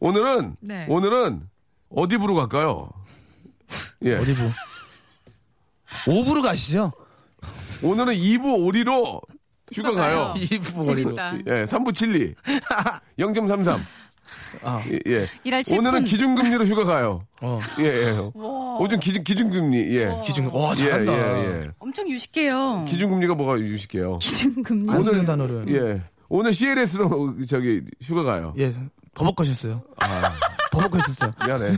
Speaker 2: 오늘은,
Speaker 5: 네.
Speaker 2: 오늘은 어디 부로 갈까요? 예.
Speaker 4: 어디부? 오부로 가시죠.
Speaker 2: 오늘은 2부 오리로 휴가 가요.
Speaker 5: 가요.
Speaker 4: 이부 머리로.
Speaker 5: 재밌다.
Speaker 2: 예, 3부 7리. 0.33. 예, 예.
Speaker 5: 일할 칠
Speaker 2: 오늘은
Speaker 5: 푼.
Speaker 2: 기준금리로 휴가 가요.
Speaker 4: 아. 어.
Speaker 2: 예, 예. 오늘 기준, 기준금리, 예.
Speaker 4: 기준. 와,
Speaker 2: 예,
Speaker 4: 잘한다.
Speaker 2: 예, 예.
Speaker 5: 엄청 유식해요.
Speaker 2: 기준금리가 뭐가 유식해요?
Speaker 5: 기준금리.
Speaker 4: 안 쓰는 단어를.
Speaker 2: 예. 오늘 CLS로 저기 휴가 가요.
Speaker 4: 예, 버벅거셨어요.
Speaker 2: 아.
Speaker 4: <laughs> 버벅거셨어요.
Speaker 2: 미안해.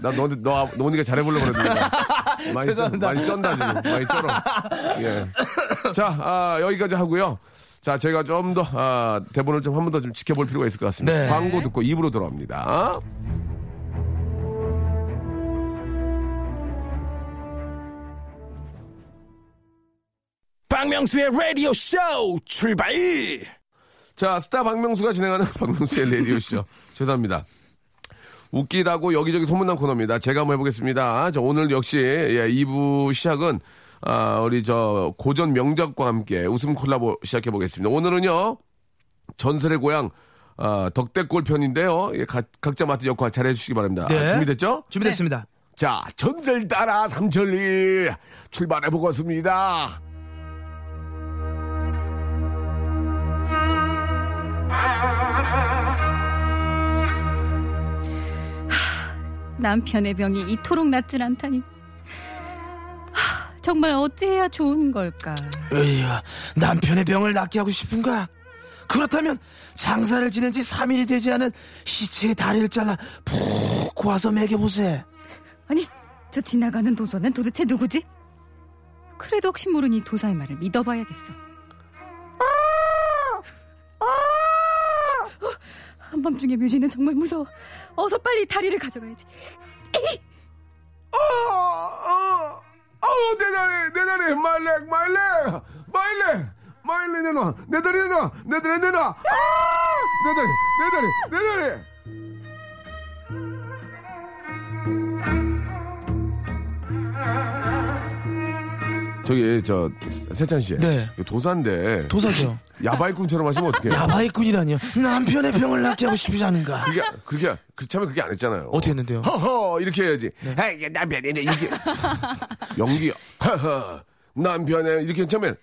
Speaker 2: 나 너한테 너, 아- 너 언니가 잘해보려고
Speaker 4: <laughs>
Speaker 2: 그랬는데. 많이
Speaker 4: 죄송합니다.
Speaker 2: 쩐- 많이 쩐다 지금. 많이 쩔어. 예. 자, 아, 여기까지 하고요. 자, 저희가 좀 더 아, 대본을 좀 한 번 더 좀 지켜볼 필요가 있을 것 같습니다.
Speaker 4: 네.
Speaker 2: 광고 듣고 입으로 돌아옵니다.
Speaker 6: 박명수의 라디오 쇼 출발!
Speaker 2: 자, 스타 박명수가 진행하는 <laughs> 박명수의 레디오쇼. 죄송합니다. 웃기다고 여기저기 소문난 코너입니다. 제가 한번 해보겠습니다. 자, 오늘 역시 예, 2부 시작은 아, 우리 저 고전 명작과 함께 웃음 콜라보 시작해 보겠습니다. 오늘은요 전설의 고향 아, 덕대골 편인데요. 예, 각, 각자 맡은 역할 잘해 주시기 바랍니다. 아,
Speaker 4: 네.
Speaker 2: 준비됐죠?
Speaker 4: 준비됐습니다.
Speaker 2: 자, 전설 따라 삼천리 출발해 보겠습니다.
Speaker 5: 남편의 병이 이토록 낫질 않다니. 하, 정말 어찌해야 좋은 걸까?
Speaker 4: 으이야, 남편의 병을 낫게 하고 싶은가? 그렇다면 장사를 지낸 지 3일이 되지 않은 시체의 다리를 잘라 푹 고아서 먹여보세.
Speaker 5: 아니, 저 지나가는 도서는 도대체 누구지? 그래도 혹시 모르니 도사의 말을 믿어봐야겠어. 어, 한밤중에 묘지는 정말 무서워. 어서 빨리 다리를 가져가야지. 에이!
Speaker 2: 어, 어, 내 다리, 내 다리, 마이 렉, 마이 렉, 마이 렉, 마이 렉 내놔, 내 다리 내놔, 내 다리 내놔, 아! 내 다리, 내 다리, 내 다리. 저기 저 세찬 씨,
Speaker 4: 네.
Speaker 2: 이거 도사인데
Speaker 4: <laughs> 도사죠.
Speaker 2: 야바이꾼처럼 하시면 어떡해요?
Speaker 4: 야바이꾼이라니요. 남편의 병을 낫게 하고 싶지 않은가.
Speaker 2: 그게 그게 그 참에 그게 안 했잖아요.
Speaker 4: 어떻게 했는데요?
Speaker 2: 허허 이렇게 해야지. 아, 에이, 이게 남편이네
Speaker 4: <laughs>
Speaker 2: 이게 연기 허허 남편에 이렇게 처음엔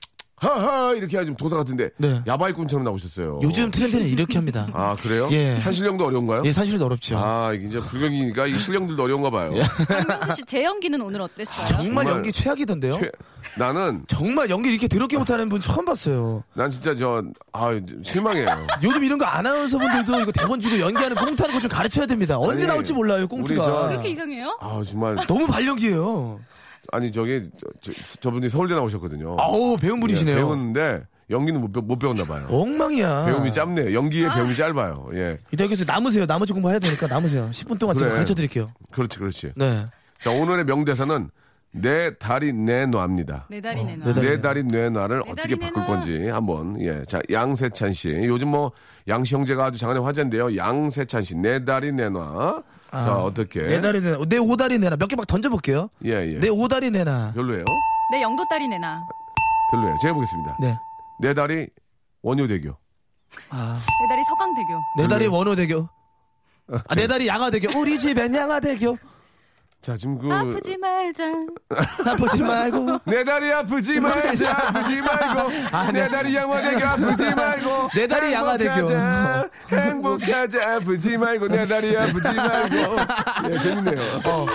Speaker 2: 허허 이렇게 해야지 도사 같은데
Speaker 4: 네.
Speaker 2: 야바이꾼처럼 나오셨어요.
Speaker 4: 요즘 트렌드는 이렇게 합니다.
Speaker 2: 아 그래요?
Speaker 4: 예.
Speaker 2: 한실령도 어려운가요?
Speaker 4: 예, 사실은 어렵죠.
Speaker 2: 아 이게 이제 불경이니까 이 실령들도 어려운가 봐요.
Speaker 4: 예.
Speaker 2: <laughs>
Speaker 5: 박명수 씨 제 연기는 오늘 어땠어요?
Speaker 4: 정말,
Speaker 2: 정말-
Speaker 4: 연기 최악이던데요.
Speaker 2: 최- 예. 나는
Speaker 4: 정말 연기 이렇게 더럽게 못하는 분 처음 봤어요.
Speaker 2: 난 진짜 저아 실망해요.
Speaker 4: 요즘 이런 거 아나운서분들도 이거 대본 주고 연기하는 꽁트하는 거 좀 가르쳐야 됩니다. 언제
Speaker 2: 아니,
Speaker 4: 나올지 몰라요, 꽁트가.
Speaker 2: 우리 저-
Speaker 5: 그렇게 이상해요?
Speaker 2: 아 정말
Speaker 4: 너무 발연기예요.
Speaker 2: 아니 저기 저, 분이 서울대 나오셨거든요.
Speaker 4: 아우 배운 분이시네요. 어.
Speaker 2: 예, 배웠는데 연기는 못, 배- 못 배웠나 봐요.
Speaker 4: 엉망이야.
Speaker 2: 배움이 짧네요. 연기의 배움이 짧아요. 예,
Speaker 4: 이대학에서 남으세요. 나머지 공부해야 되니까 남으세요. 10분 동안 제가
Speaker 2: 그래.
Speaker 4: 가르쳐드릴게요.
Speaker 2: 그렇지 그렇지.
Speaker 4: 네.
Speaker 2: 자 오늘의 명대사는 내 다리 내놔입니다.
Speaker 5: 내 다리 내놔.
Speaker 4: 어, 내 다리.
Speaker 2: 내 다리 뇌나를
Speaker 5: 내
Speaker 2: 어떻게
Speaker 5: 다리
Speaker 2: 바꿀
Speaker 5: 뇌놔.
Speaker 2: 건지 한번 예자 양세찬 씨 요즘 뭐 양씨 형제가 아주 장안의 화제인데요 양세찬 씨 내 다리 내놔 자 어떻게
Speaker 4: 아, 내 다리 내놔. 내 오다리 내놔. 몇 개 막 던져볼게요.
Speaker 2: 예. 예예
Speaker 4: 내 오다리 내놔.
Speaker 2: 별로예요
Speaker 5: 내 영도 다리 내놔.
Speaker 2: 별로예요 제가 해보겠습니다
Speaker 4: 네.
Speaker 2: 내 다리 원효대교
Speaker 5: 내 다리 서강대교.
Speaker 4: 내 다리 원호대교. 아, 내 다리 양화대교. 우리 집엔 양화대교.
Speaker 2: 자 지금
Speaker 4: 그-
Speaker 5: 아프지 말자.
Speaker 4: 나쁘지 말고.
Speaker 2: 그 내 다리 아프지 말자 아프지 말고
Speaker 4: 아,
Speaker 2: 내
Speaker 4: 네.
Speaker 2: 다리 양화대교 아프지 말고
Speaker 4: 내 다리 양화대교.
Speaker 2: 행복하자, 행복하자 아프지 말고 내 다리 아프지 말고 예 재밌네요
Speaker 4: 어.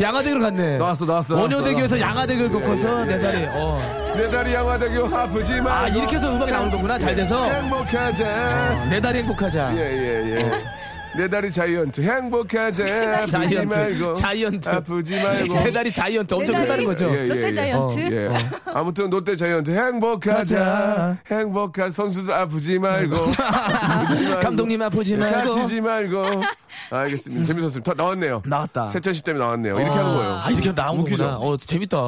Speaker 4: 양화대교로 갔네.
Speaker 2: 나왔어, 나왔어, 나왔어.
Speaker 4: 원효대교에서 양화대교를 겪어서 내 다리. 어.
Speaker 2: 내 다리 양화대교 아프지 말고
Speaker 4: 아, 이렇게 해서 음악이 나오는 거구나. 잘 돼서.
Speaker 2: 행복하자
Speaker 4: 내 다리 행복하자.
Speaker 2: 예예예 내 다리 자이언트 행복하자 아프지
Speaker 4: 자이언트,
Speaker 2: 말고
Speaker 4: 자이언트.
Speaker 2: 아프지 말고
Speaker 4: 내 다리 자이언트 엄청
Speaker 5: 내 다리-
Speaker 4: 크다는 거죠.
Speaker 2: 예, 예,
Speaker 5: 롯데
Speaker 2: 예.
Speaker 5: 자이언트.
Speaker 2: 예. 아무튼 롯데 자이언트 행복하자
Speaker 4: 가자.
Speaker 2: 행복한 선수들 아프지 말고 아프지 말고. 예.
Speaker 4: 감독님 아프지 말고.
Speaker 2: 다치지
Speaker 4: <laughs>
Speaker 2: 말고 알겠습니다 재밌었습니다 다 나왔네요
Speaker 4: 나왔다.
Speaker 2: 세찬 씨 때문에 나왔네요 이렇게 하는 거예요
Speaker 4: 아, 이렇게 하면 나온
Speaker 2: 웃기죠?
Speaker 4: 거구나. 어, 재밌다.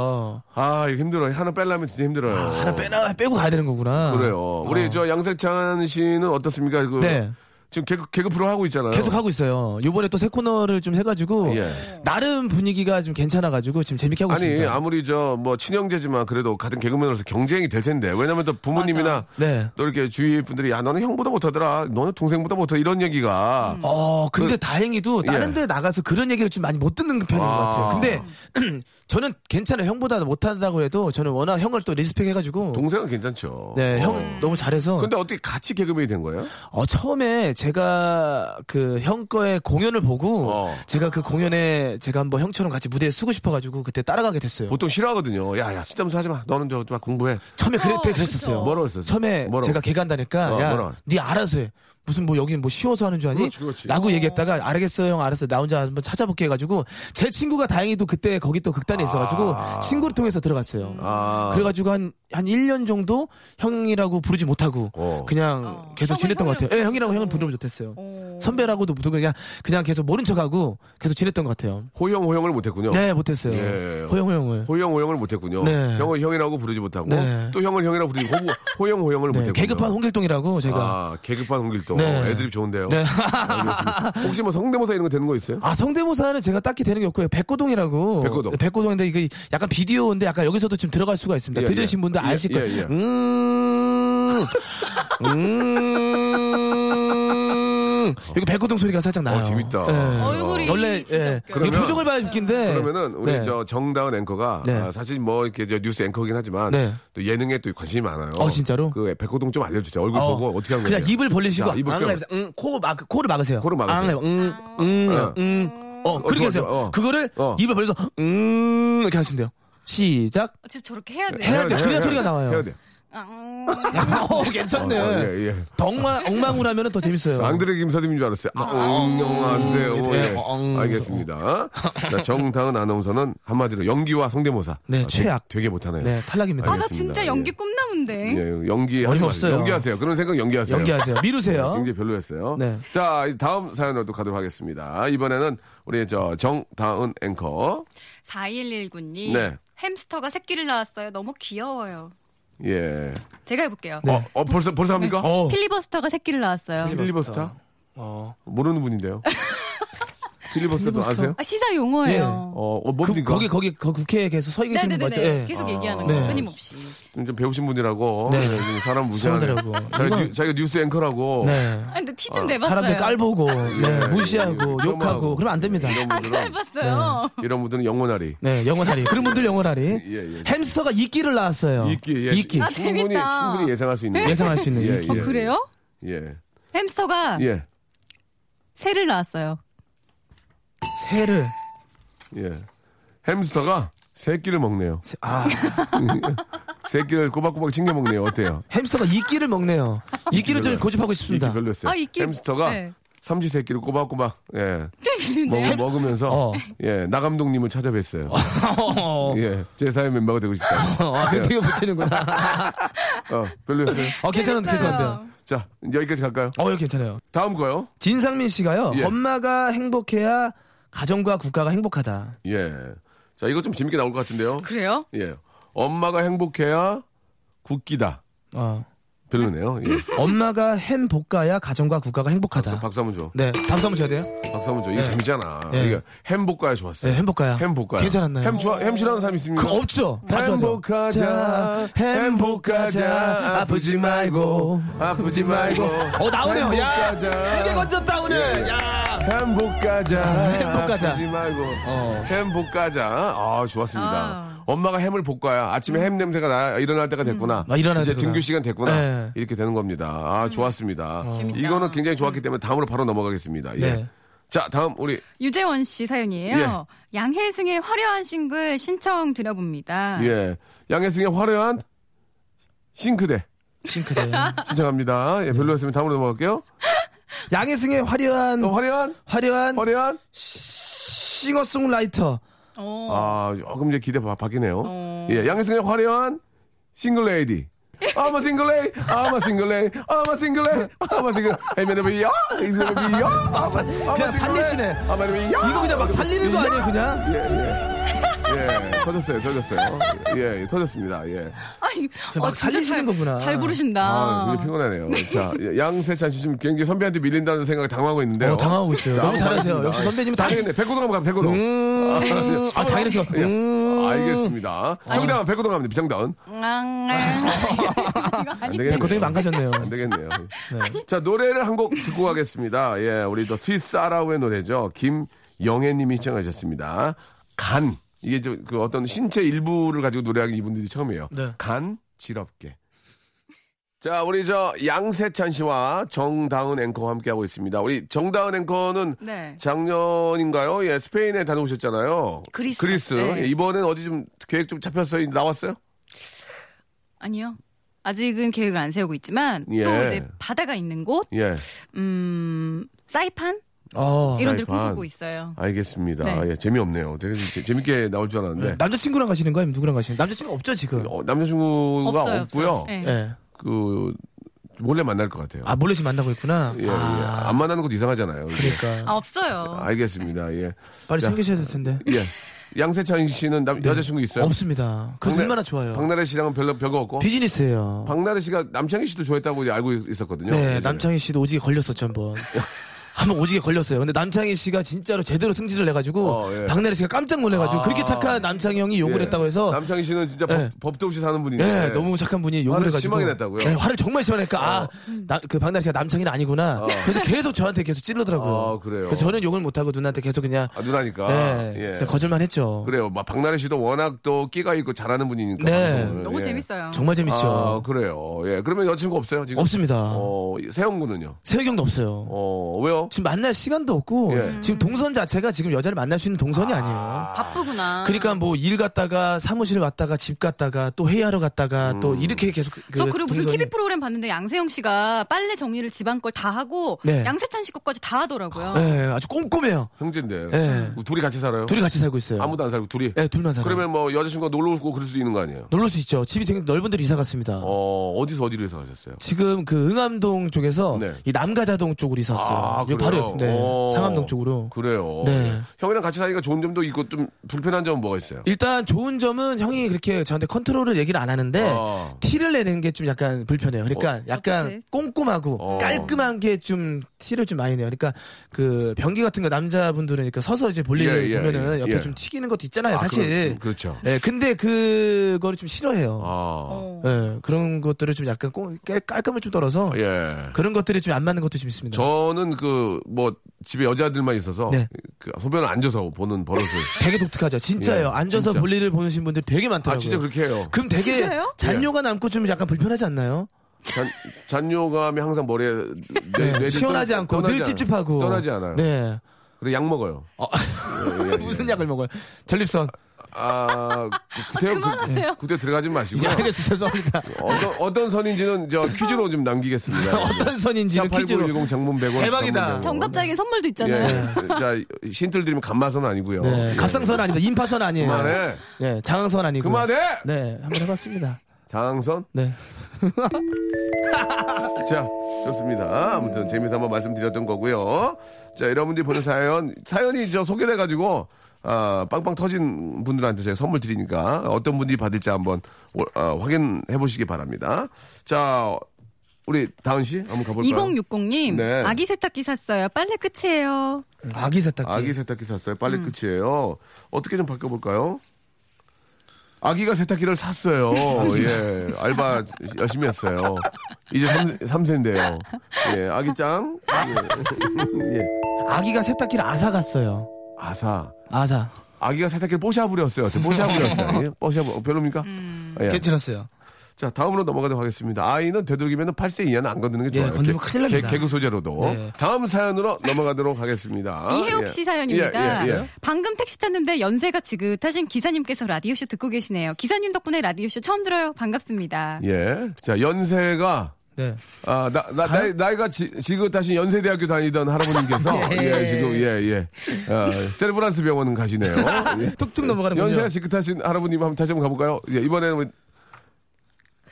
Speaker 2: 아 이거 힘들어요 하나 빼려면 진짜 힘들어요
Speaker 4: 아, 하나 빼나, 빼고 가야 되는 거구나.
Speaker 2: 그래요 우리 저 양세찬 씨는 어떻습니까 그
Speaker 4: 네.
Speaker 2: 지금 개그, 개그 프로 하고 있잖아요.
Speaker 4: 계속 하고 있어요. 요번에 또 새 코너를 좀 해가지고
Speaker 2: 예.
Speaker 4: 나름 분위기가 좀 괜찮아가지고 지금 재밌게 하고
Speaker 2: 아니
Speaker 4: 있습니다.
Speaker 2: 아무리 저 뭐 친형제지만 그래도 같은 개그맨으로서 경쟁이 될 텐데 왜냐면 또 부모님이나
Speaker 4: 네.
Speaker 2: 또 이렇게 주위 분들이 야 너는 형보다 못하더라 너는 동생보다 못하 이런 얘기가
Speaker 4: 어 근데 다행히도 다른
Speaker 2: 그- 예.
Speaker 4: 데 나가서 그런 얘기를 좀 많이 못 듣는 편인 것 같아요.
Speaker 2: 아.
Speaker 4: 근데 <clears throat> 저는 괜찮아요. 형보다 못한다고 해도 저는 워낙 형을 또 리스펙해가지고
Speaker 2: 동생은 괜찮죠.
Speaker 4: 네,
Speaker 2: 어.
Speaker 4: 형 너무 잘해서
Speaker 2: 근데 어떻게 같이 개그맨이 된 거예요?
Speaker 4: 어, 처음에 제가 그 형 거의 공연을 보고
Speaker 2: 어.
Speaker 4: 제가 그 공연에 제가 한번 형처럼 같이 무대에 서고 싶어가지고 그때 따라가게 됐어요.
Speaker 2: 보통 싫어하거든요. 야야 술담수 하지 마. 너는 저막 공부해.
Speaker 4: 처음에 그랬,
Speaker 5: 그쵸,
Speaker 4: 그랬었어요.
Speaker 5: 그쵸.
Speaker 2: 뭐라고 했었어요?
Speaker 4: 처음에
Speaker 2: 뭐라고?
Speaker 4: 제가 걔 간다니까,
Speaker 2: 어,
Speaker 4: 야,
Speaker 2: 뭐라고?
Speaker 4: 네 알아서 해. 무슨 뭐 여기는 뭐 쉬워서 하는 줄 아니?
Speaker 2: 그렇지, 그렇지.
Speaker 4: 라고 얘기했다가 알겠어요 형 알았어 나 혼자 한번 찾아볼게 해가지고 제 친구가 다행히도 그때 거기 또 극단에 있어가지고
Speaker 2: 아.
Speaker 4: 친구를 통해서 들어갔어요.
Speaker 2: 아
Speaker 4: 그래가지고 한, 한 1년 정도 형이라고 부르지 못하고
Speaker 2: 어.
Speaker 4: 그냥
Speaker 5: 어.
Speaker 4: 계속
Speaker 5: 형을
Speaker 4: 지냈던 것 같아요.
Speaker 5: 형이라고
Speaker 4: 예, 형이라고 형을
Speaker 5: 어.
Speaker 4: 부르지 못했어요.
Speaker 5: 어.
Speaker 4: 선배라고도 보통 그냥, 그냥 계속 모른 척하고 계속 지냈던 것 같아요.
Speaker 2: 호영 호영을 못했군요.
Speaker 4: 네, 못했어요.
Speaker 2: 예.
Speaker 4: 호영, 호영을.
Speaker 2: 호영 호영을 못했군요.
Speaker 4: 네.
Speaker 2: 형을 형이라고 부르지 못하고
Speaker 4: 네.
Speaker 2: 또 형을 형이라고 부르지 호구- 호영 호영을
Speaker 4: 네,
Speaker 2: 못했군요.
Speaker 4: 계급한 홍길동이라고 제가.
Speaker 2: 아, 계급반 홍길동.
Speaker 4: 네.
Speaker 2: 애드립 좋은데요.
Speaker 4: 네. <laughs>
Speaker 2: 알겠습니다. 혹시 뭐 성대모사 이런 거 되는 거 있어요?
Speaker 4: 아 성대모사는 제가 딱히 되는 게 없고요. 백고동이라고.
Speaker 2: 백고동.
Speaker 4: 인데 이게 약간 비디오인데 약간 여기서도 좀 들어갈 수가 있습니다.
Speaker 2: 예,
Speaker 4: 들으신
Speaker 2: 예.
Speaker 4: 분들
Speaker 2: 예,
Speaker 4: 아실
Speaker 2: 예,
Speaker 4: 거예요.
Speaker 2: 예.
Speaker 4: 음. 음. 여기 백고동 소리가 살짝 나요.
Speaker 2: 어, 재밌다.
Speaker 4: 예.
Speaker 5: 얼굴이
Speaker 2: 어,
Speaker 4: 원래
Speaker 5: 진짜
Speaker 4: 예.
Speaker 5: 웃겨요.
Speaker 4: 그
Speaker 2: 그러면-
Speaker 4: 표정을 봐야 웃긴데.
Speaker 2: 그러면은 우리
Speaker 4: 네.
Speaker 2: 저 정다은 앵커가
Speaker 4: 네.
Speaker 2: 아, 사실 뭐 이렇게 저 뉴스 앵커긴 하지만
Speaker 4: 네.
Speaker 2: 또 예능에 또 관심이 많아요.
Speaker 4: 어, 진짜로?
Speaker 2: 그 백호동 좀 알려주세요. 얼굴
Speaker 4: 어.
Speaker 2: 보고 어떻게 하는 거예요?
Speaker 4: 그냥 입을 벌리시고
Speaker 2: 자, 입을
Speaker 4: 앙,
Speaker 2: 껴.
Speaker 4: 응, 코 막, 그 코를 막으세요.
Speaker 2: 코를 막으세요.
Speaker 4: 앙, 응,
Speaker 5: 아.
Speaker 4: 응,
Speaker 2: 어.
Speaker 4: 응.
Speaker 5: 음.
Speaker 4: 어, 그렇게
Speaker 2: 좋아,
Speaker 4: 하세요.
Speaker 2: 좋아. 어.
Speaker 4: 그거를
Speaker 2: 어.
Speaker 4: 입을 벌려서 응 이렇게 하시면 돼요. 시작.
Speaker 5: 아, 진짜 저렇게 해야 아, 돼.
Speaker 4: 해야 돼요. 그래야
Speaker 2: 네. 해야
Speaker 4: 소리가
Speaker 2: 돼.
Speaker 4: 나와요.
Speaker 2: 해야 돼.
Speaker 4: <laughs> 어, 괜찮네.
Speaker 2: 어, 어, 예, 예.
Speaker 4: 덕마, 엉망우라면 더 재밌어요.
Speaker 2: 앙드레 김사님인 줄 알았어요. 아, 안녕하세요.
Speaker 4: 음,
Speaker 2: 예.
Speaker 4: 예, 엉.
Speaker 2: 알겠습니다. 자, 정다은 아나운서는 한마디로 연기와 성대모사.
Speaker 4: 네,
Speaker 2: 아, 되게-
Speaker 4: 최악.
Speaker 2: 되게, 못하네요.
Speaker 4: 네, 탈락입니다.
Speaker 5: 아, 나
Speaker 2: 알겠습니다.
Speaker 5: 진짜 연기 꿈나무인데.
Speaker 2: 예, 연기 하지
Speaker 4: 어림없어요.
Speaker 2: 마세요. 연기하세요. 그런 생각 연기하세요. 네,
Speaker 4: 연기하세요. 미루세요.
Speaker 2: 굉장히 별로였어요.
Speaker 4: 네.
Speaker 2: 자, 이 다음 사연으로 또 가도록 하겠습니다. 이번에는 우리 저 정다은 앵커.
Speaker 5: 4119님.
Speaker 2: 네.
Speaker 5: 햄스터가 새끼를 낳았어요. 너무 귀여워요.
Speaker 2: 예.
Speaker 5: 제가 해볼게요.
Speaker 2: 어, 어, 벌써, 벌써 합니까?
Speaker 4: 네. 어.
Speaker 5: 필리버스터가 새끼를 낳았어요.
Speaker 2: 필리버스터?
Speaker 4: 어.
Speaker 2: 모르는
Speaker 4: <laughs>
Speaker 2: 분인데요. 필리버스터도 아세요?
Speaker 5: 아, 시사 용어예요.
Speaker 2: 어, 어,
Speaker 4: 그,
Speaker 2: 뭡니까?
Speaker 4: 거기 거기 거 국회에 계속
Speaker 2: 예.
Speaker 4: 서 계시는
Speaker 5: 네네네.
Speaker 4: 거죠?
Speaker 5: 네.
Speaker 2: 아,
Speaker 5: 계속 얘기하는 거
Speaker 4: 네.
Speaker 5: 끊임없이.
Speaker 2: 좀, 좀 배우신 분이라고.
Speaker 4: 네.
Speaker 2: 네, 좀 사람 무시하고.
Speaker 4: 서운하더라고.
Speaker 2: 자기가,
Speaker 4: 이건-
Speaker 2: 뉴- 자기가 뉴스 앵커라고.
Speaker 4: 네.
Speaker 5: 아, 근데 티 좀
Speaker 2: 어,
Speaker 5: 내봤어요.
Speaker 4: 사람들 깔보고 네, 무시하고
Speaker 2: 예, 예.
Speaker 4: 욕하고 그러면 안 됩니다.
Speaker 2: 이런
Speaker 5: 아,
Speaker 2: 분들은,
Speaker 5: 깔봤어요.
Speaker 2: 이런 분들은 영원하리.
Speaker 4: 네, 영원하리. 그런 분들 영원하리.
Speaker 2: 예, 예.
Speaker 4: 햄스터가 이끼를 낳았어요.
Speaker 2: 이끼, 예.
Speaker 4: 이끼.
Speaker 5: 아,
Speaker 2: 충분히,
Speaker 5: 재밌다.
Speaker 2: 충분히 예상할 수 있는.
Speaker 4: 예상할 수 있는
Speaker 2: 예,
Speaker 4: 이끼.
Speaker 2: 예.
Speaker 5: 어, 그래요?
Speaker 2: 예.
Speaker 5: 햄스터가
Speaker 2: 예.
Speaker 5: 새를 낳았어요.
Speaker 4: 새를
Speaker 2: 예. 햄스터가 새끼를 먹네요.
Speaker 4: 아,
Speaker 2: 새끼를 꼬박꼬박 챙겨 먹네요.
Speaker 4: <laughs>
Speaker 2: 어때요?
Speaker 4: 햄스터가 이끼를 먹네요. 이끼를 좀 고집하고
Speaker 2: 이끼
Speaker 4: 싶습니다.
Speaker 2: 별로였어요.
Speaker 5: 아, 이끼-
Speaker 2: 햄스터가
Speaker 5: 네.
Speaker 2: 삼시 새끼를 꼬박꼬박 예.
Speaker 5: 있는데요?
Speaker 2: 먹, 으면서
Speaker 4: 어.
Speaker 2: 예, 나 감독님을 찾아뵀어요.
Speaker 4: 어,
Speaker 2: 예. 제 사회 멤버가 되고 싶다.
Speaker 4: 어, 아, 뒤에 붙이는구나.
Speaker 2: 어, 별로였어요.
Speaker 4: 어, 괜찮은 괜찮았어요.
Speaker 2: 자, 여기까지 갈까요?
Speaker 4: 어, 이거 괜찮아요.
Speaker 2: 다음 거요.
Speaker 4: 진상민 씨가요.
Speaker 2: 예.
Speaker 4: 엄마가 행복해야 가정과 국가가 행복하다.
Speaker 2: 예. 자, 이거 좀 재밌게 나올 것 같은데요.
Speaker 5: <laughs> 그래요?
Speaker 2: 예. 엄마가 행복해야 국기다.
Speaker 4: 어.
Speaker 2: 별로네요. 예.
Speaker 4: 엄마가 행복가야 가정과 국가가 행복하다.
Speaker 2: 박수, 박수 한번 줘.
Speaker 4: 네, 박수 한번 줘야 돼요.
Speaker 2: 박수 한번 줘. 이거 재밌잖아.
Speaker 4: 예.
Speaker 2: 이거 햄복가야 좋았어요.
Speaker 4: 네, 행복가야.
Speaker 2: 햄복가야.
Speaker 4: 괜찮았나요?
Speaker 2: 햄 좋아, 햄 싫어하는 사람 있습니까?
Speaker 4: 그 없죠. 다 좋아하죠.
Speaker 2: 행복하자, 행복하자, 아프지 말고, 아프지 말고.
Speaker 4: 어 나오네요. 야,
Speaker 2: 행복하자.
Speaker 4: 되게 건졌다 오늘.
Speaker 2: 예.
Speaker 4: 야.
Speaker 2: 행복가자,
Speaker 4: 아, 행복가자.
Speaker 2: 아프지 말고,
Speaker 4: 어.
Speaker 2: 행복가자. 아, 좋았습니다.
Speaker 5: 아. 음.
Speaker 2: 엄마가 햄을 볶아야 아침에 햄 냄새가 나 일어날 때가 됐구나.
Speaker 4: 아, 일어날
Speaker 2: 이제
Speaker 4: 때구나.
Speaker 2: 등교 시간 됐구나.
Speaker 4: 네.
Speaker 2: 이렇게 되는 겁니다. 아, 좋았습니다.
Speaker 5: 음. 어. 재밌다.
Speaker 2: 이거는 굉장히 좋았기 때문에 다음으로 바로 넘어가겠습니다. 예.
Speaker 4: 네.
Speaker 2: 자, 다음 우리
Speaker 5: 유재원 씨 사연이에요.
Speaker 2: 예.
Speaker 5: 양혜승의 화려한 싱글 신청 드려봅니다.
Speaker 2: 예. 양혜승의 화려한 싱크대
Speaker 4: 싱크대.
Speaker 2: 신청합니다. 예, 별로였으면 다음으로 넘어갈게요.
Speaker 4: 양혜승의 화려한
Speaker 2: 어, 화려한
Speaker 4: 화려한
Speaker 2: 화려한
Speaker 4: 싱어송라이터.
Speaker 5: 어.
Speaker 2: 아, 조금 이제 기대 바, 바뀌네요.
Speaker 5: 어.
Speaker 2: 예, 양혜승의 화려한 싱글레이디. I'm a single lady, I'm a single lady, I'm a single lady, I'm a single lady. Hey, man, baby, yeah, it's gonna be yeah. I'm a- I'm a
Speaker 4: 그냥
Speaker 2: single lady,
Speaker 4: 살리시네.
Speaker 2: I'm a baby, yeah.
Speaker 4: 이거 그냥 막 살리는 거 아니에요, 그냥?
Speaker 2: 예, 예. 예, 터졌어요, 터졌어요. 예, 예, 터졌습니다, 예.
Speaker 5: 아니,
Speaker 4: 그 막
Speaker 5: 아, 진짜
Speaker 4: 살리시는
Speaker 5: 잘-
Speaker 4: 거구나.
Speaker 5: 잘 부르신다.
Speaker 2: 아, 굉장히 피곤하네요. 자, 예, 양세찬 씨 지금 굉장히 선배한테 밀린다는 생각에 당황하고 있는데요.
Speaker 4: 어, 당황하고 있어요.
Speaker 2: 자,
Speaker 4: 너무 잘하세요.
Speaker 2: 알겠습니다. 아,
Speaker 4: 역시 선배님은 다-
Speaker 2: 당연히 백호동 한번 가면 백호동.
Speaker 4: 음. 아, 당연해서.
Speaker 2: 예. 알겠습니다. 정답은 백호동 갑니다. 비정다운.
Speaker 4: <laughs>
Speaker 5: 이거
Speaker 2: 안
Speaker 5: 아니,
Speaker 2: 되겠네요.
Speaker 4: 고등이 망가졌네요.
Speaker 2: 안 되겠네요. 자, 노래를 한 곡 듣고 가겠습니다. 예, 우리 더 스위스 아라우의 노래죠. 김영애님이 시청하셨습니다. 간. 이게 좀 그 어떤 신체 일부를 가지고 노래하기 이분들이 처음이에요.
Speaker 4: 네.
Speaker 2: 간, 지럽게. 자, 우리 저 양세찬 씨와 정다은 앵커와 함께하고 있습니다. 우리 정다은 앵커는
Speaker 5: 네.
Speaker 2: 작년인가요? 예, 스페인에 다녀오셨잖아요.
Speaker 5: 그리스.
Speaker 2: 그리스.
Speaker 5: 네.
Speaker 2: 예, 이번엔 어디 좀 계획 좀 잡혔어요? 나왔어요?
Speaker 5: 아니요. 아직은 계획을 안 세우고 있지만
Speaker 2: 예.
Speaker 5: 또 이제 바다가 있는 곳,
Speaker 2: 예.
Speaker 5: 음, 사이판
Speaker 4: 어.
Speaker 5: 이런 데를
Speaker 2: 사이판.
Speaker 5: 꿈꾸고 있어요.
Speaker 2: 알겠습니다.
Speaker 5: 네. 음.
Speaker 2: 예, 재미없네요. 되게 재- 재밌게 나올 줄 알았는데.
Speaker 4: 네. 남자친구랑 가시는 거예요? 아니면 누구랑 가시는? 남자친구 없죠 지금?
Speaker 2: 네. 어, 남자친구가
Speaker 5: 없어요,
Speaker 2: 없고요
Speaker 5: 없어요. 네.
Speaker 4: 예.
Speaker 2: 그, 몰래 만날 것 같아요.
Speaker 4: 아 몰래 지금 만나고 있구나.
Speaker 2: 예, 예.
Speaker 4: 아,
Speaker 2: 안 만나는 것도 이상하잖아요. 이게.
Speaker 4: 그러니까
Speaker 5: 아, 없어요.
Speaker 2: 알겠습니다. 예.
Speaker 4: 빨리
Speaker 2: 자,
Speaker 4: 생기셔야 될 텐데.
Speaker 2: 예. 양세찬 씨는 남, 여자친구 있어요?
Speaker 4: 네. 없습니다. 그래서
Speaker 2: 박나-
Speaker 4: 얼마나 좋아요.
Speaker 2: 박나래 씨랑은 별로, 별거 없고.
Speaker 4: 비즈니스예요.
Speaker 2: 박나래 씨가 남창희 씨도 좋아했다고 이제 알고 있었거든요.
Speaker 4: 네,
Speaker 2: 예전에.
Speaker 4: 남창희 씨도 오지게
Speaker 2: <laughs>
Speaker 4: 걸렸었죠 한번. 한번 오지게 걸렸어요. 근데 남창희 씨가 진짜로 제대로 승질을 내가지고
Speaker 2: 어, 예.
Speaker 4: 박나래 씨가 깜짝 놀래가지고
Speaker 2: 아.
Speaker 4: 그렇게 착한 남창희 형이 욕을
Speaker 2: 예.
Speaker 4: 했다고 해서
Speaker 2: 남창희 씨는 진짜
Speaker 4: 예.
Speaker 2: 법, 도 없이 사는 분인데.
Speaker 4: 예, 너무 착한 분이 욕을
Speaker 2: 화를
Speaker 4: 해가지고
Speaker 2: 심하게 냈다고요? 어.
Speaker 4: 예, 화를 정말 심하게 내니까 아그 박나래 씨가 남창희는 아니구나. 그래서 계속 저한테 계속 찔러더라고요.
Speaker 2: 아, 그래요?
Speaker 4: 서 저는 욕을 못하고 누나한테 계속 그냥
Speaker 2: 아, 누나니까.
Speaker 4: 예,
Speaker 2: 예.
Speaker 4: 진짜 거절만 했죠.
Speaker 2: 그래요. 막 박나래 씨도 워낙 또 끼가 있고 잘하는 분이니까.
Speaker 4: 네.
Speaker 2: 방송을.
Speaker 5: 너무
Speaker 2: 예.
Speaker 5: 재밌어요.
Speaker 4: 정말 재밌죠.
Speaker 2: 아, 그래요. 예. 그러면 여자친구 없어요, 지금?
Speaker 4: 없습니다.
Speaker 2: 어, 세영군은요?
Speaker 4: 세혁형도 없어요.
Speaker 2: 어, 왜요?
Speaker 4: 지금 만날 시간도 없고
Speaker 2: 예.
Speaker 4: 지금 동선 자체가 지금 여자를 만날 수 있는 동선이 아... 니에요
Speaker 5: 바쁘구나.
Speaker 4: 그러니까 뭐 일 갔다가 사무실 왔다가 집 갔다가 또 회의하러 갔다가 또
Speaker 2: 음.
Speaker 4: 이렇게 계속 그
Speaker 5: 저 그리고 무슨
Speaker 4: 동선이-
Speaker 5: TV 프로그램 봤는데 양세형 씨가 빨래 정리를 집안 걸 다 하고
Speaker 4: 네.
Speaker 5: 양세찬 씨 것까지 다 하더라고요.
Speaker 4: 예, 아주 꼼꼼해요.
Speaker 2: 형제인데. 뭐
Speaker 4: 예.
Speaker 2: 둘이 같이 살아요?
Speaker 4: 둘이 같이 살고 있어요.
Speaker 2: 아무도 안 살고 둘이.
Speaker 4: 예, 둘만 살아요.
Speaker 2: 그러면 뭐 여자친구가 놀러 오고 그럴 수 있는 거 아니에요?
Speaker 4: 놀랄 수 있죠. 집이 되게 넓은 데로 이사 갔습니다.
Speaker 2: 어, 어디서 어디로 해서 가셨어요?
Speaker 4: 지금 그 응암동 쪽에서
Speaker 2: 네.
Speaker 4: 이 남가자동 쪽으로 이사 왔어요.
Speaker 2: 아, 그래요?
Speaker 4: 바로 옆, 네,
Speaker 2: 어.
Speaker 4: 상암동 쪽으로.
Speaker 2: 그래요. 예.
Speaker 4: 네.
Speaker 2: 형이랑 같이 사니까 좋은 점도 있고 좀 불편한 점은 뭐가 있어요?
Speaker 4: 일단 좋은 점은 형이 그렇게 저한테 컨트롤을 얘기를 안 하는데
Speaker 2: 어.
Speaker 4: 티를 내는 게 좀 약간 불편해요. 그러니까 약간
Speaker 5: 어떡해?
Speaker 4: 꼼꼼하고
Speaker 2: 어.
Speaker 4: 깔끔한 게 좀 티를 좀 많이 내요. 그러니까 그 변기 같은 거 남자분들은 이렇게 서서 이제 볼일을
Speaker 2: 예, 예,
Speaker 4: 보면은
Speaker 2: 예,
Speaker 4: 옆에
Speaker 2: 예.
Speaker 4: 좀 튀기는 것도 있잖아요,
Speaker 2: 아,
Speaker 4: 사실.
Speaker 2: 그럼, 그렇죠.
Speaker 4: 예, 근데 그거를 좀 싫어해요.
Speaker 2: 아,
Speaker 4: 예, 그런 것들을 좀 약간 꼼- 깔- 깔끔을 좀 떨어서 그렇죠.
Speaker 2: 예.
Speaker 4: 그런 것들이 좀 안 맞는 것도 좀 있습니다.
Speaker 2: 저는 그 뭐 집에 여자들만 있어서
Speaker 4: 네.
Speaker 2: 그 소변을 앉아서 보는
Speaker 4: <laughs>
Speaker 2: 버릇을
Speaker 4: 되게 독특하죠. 진짜예요.
Speaker 2: 예,
Speaker 4: 앉아서
Speaker 2: 진짜.
Speaker 4: 볼일을 보신 분들 되게 많더라고요.
Speaker 2: 아 진짜 그렇게 해요.
Speaker 4: 그럼 되게
Speaker 7: 진짜요?
Speaker 4: 잔뇨가 남고 좀 약간 불편하지 않나요?
Speaker 2: 잔, 잔뇨감이 항상 머리에 뇌, 뇌를
Speaker 4: 네, 시원하지
Speaker 2: 네, 떠나-
Speaker 4: 않고
Speaker 2: 떠나지
Speaker 4: 늘
Speaker 2: 않아요.
Speaker 4: 찝찝하고.
Speaker 2: 떠나지 않아요.
Speaker 4: 네.
Speaker 2: 그래 약 먹어요.
Speaker 4: 어,
Speaker 2: 예, 예, 예.
Speaker 4: 무슨 약을 먹어요? 전립선.
Speaker 2: 아 구- 구태여 그, 구태 들어가지 마시고
Speaker 4: 이제
Speaker 2: <laughs>
Speaker 4: 네, 알겠습니다. 죄송합니다.
Speaker 2: 어떤 어떤 선인지는 저 퀴즈로 좀
Speaker 4: <laughs>
Speaker 2: 남기겠습니다.
Speaker 4: 어떤 선인지 퀴즈로.
Speaker 2: 8910 장문 100원.
Speaker 4: 대박이다.
Speaker 5: 정답자에게 선물도
Speaker 2: 예,
Speaker 5: 있잖아요.
Speaker 2: 예. 자 힌트를 드리면 감마선 아니고요.
Speaker 4: 네.
Speaker 2: 예.
Speaker 4: 갑상선 아닙니다. 임파선 아니에요.
Speaker 2: 그만해.
Speaker 4: 네. 장항선 아니고.
Speaker 2: 그만해.
Speaker 4: 네. 한번 해봤습니다.
Speaker 2: 장항선.
Speaker 4: 네.
Speaker 2: 자, 좋습니다. 아무튼 재미삼아 말씀드렸던 거고요. 자, 여러분들이 보낸 사연, 사연이 저 소개돼가지고, 아, 빵빵 터진 분들한테 제가 선물 드리니까 어떤 분들이 받을지 한번 오- 아, 확인해 보시기 바랍니다. 자, 우리 다은 씨 한번 가볼까요?
Speaker 5: 2060님
Speaker 2: 네.
Speaker 5: 아기 세탁기 샀어요. 빨래 끝이에요.
Speaker 4: 아기 세탁기. 음.
Speaker 2: 아기 세탁기 샀어요. 빨리 끝이에요. 어떻게 좀 바꿔볼까요? 아기가 세탁기를
Speaker 4: <laughs>
Speaker 2: 샀어요. 예. 알바 열심히 했어요. 이제 3, 세인데요 예. 아기 짱. 예. 예.
Speaker 4: 아기가 세탁기를 아사 갔어요.
Speaker 2: 아사.
Speaker 4: 아사.
Speaker 2: 아기가 세탁기를 뽀샤부렸어요. 어때? 뽀샤부렸어요. 예? 뽀샤부, 별로입니까? 예.
Speaker 4: 음. 괜찮았어요.
Speaker 2: 자, 다음으로 넘어가도록 하겠습니다. 아이는 되도록이면 8세 이하는 안 건드는 게
Speaker 4: 예,
Speaker 2: 좋아요.
Speaker 4: 건드리면 큰일 납니다.
Speaker 2: 개, 그 소재로도.
Speaker 4: 네.
Speaker 2: 다음 사연으로 넘어가도록 하겠습니다.
Speaker 5: 이혜옥 씨
Speaker 2: 예.
Speaker 5: 사연입니다.
Speaker 2: 예, 예, 예.
Speaker 5: 방금 택시 탔는데 연세가 지긋하신 기사님께서 라디오쇼 듣고 계시네요. 기사님 덕분에 라디오쇼 처음 들어요. 반갑습니다.
Speaker 2: 예. 자, 연세가
Speaker 4: 네.
Speaker 2: 아, 나, 나, 나이, 나이가 지, 지긋하신 연세대학교 다니던 할아버님께서,
Speaker 4: <laughs>
Speaker 2: 예, 지금, 예, 예. 어, 세르브란스 병원
Speaker 4: <laughs>
Speaker 2: 가시네요. 예.
Speaker 4: 툭툭 넘어가는군요.
Speaker 2: 연세가 지긋하신 할아버님 한번 다시 한번 가볼까요? 예, 이번에는 우리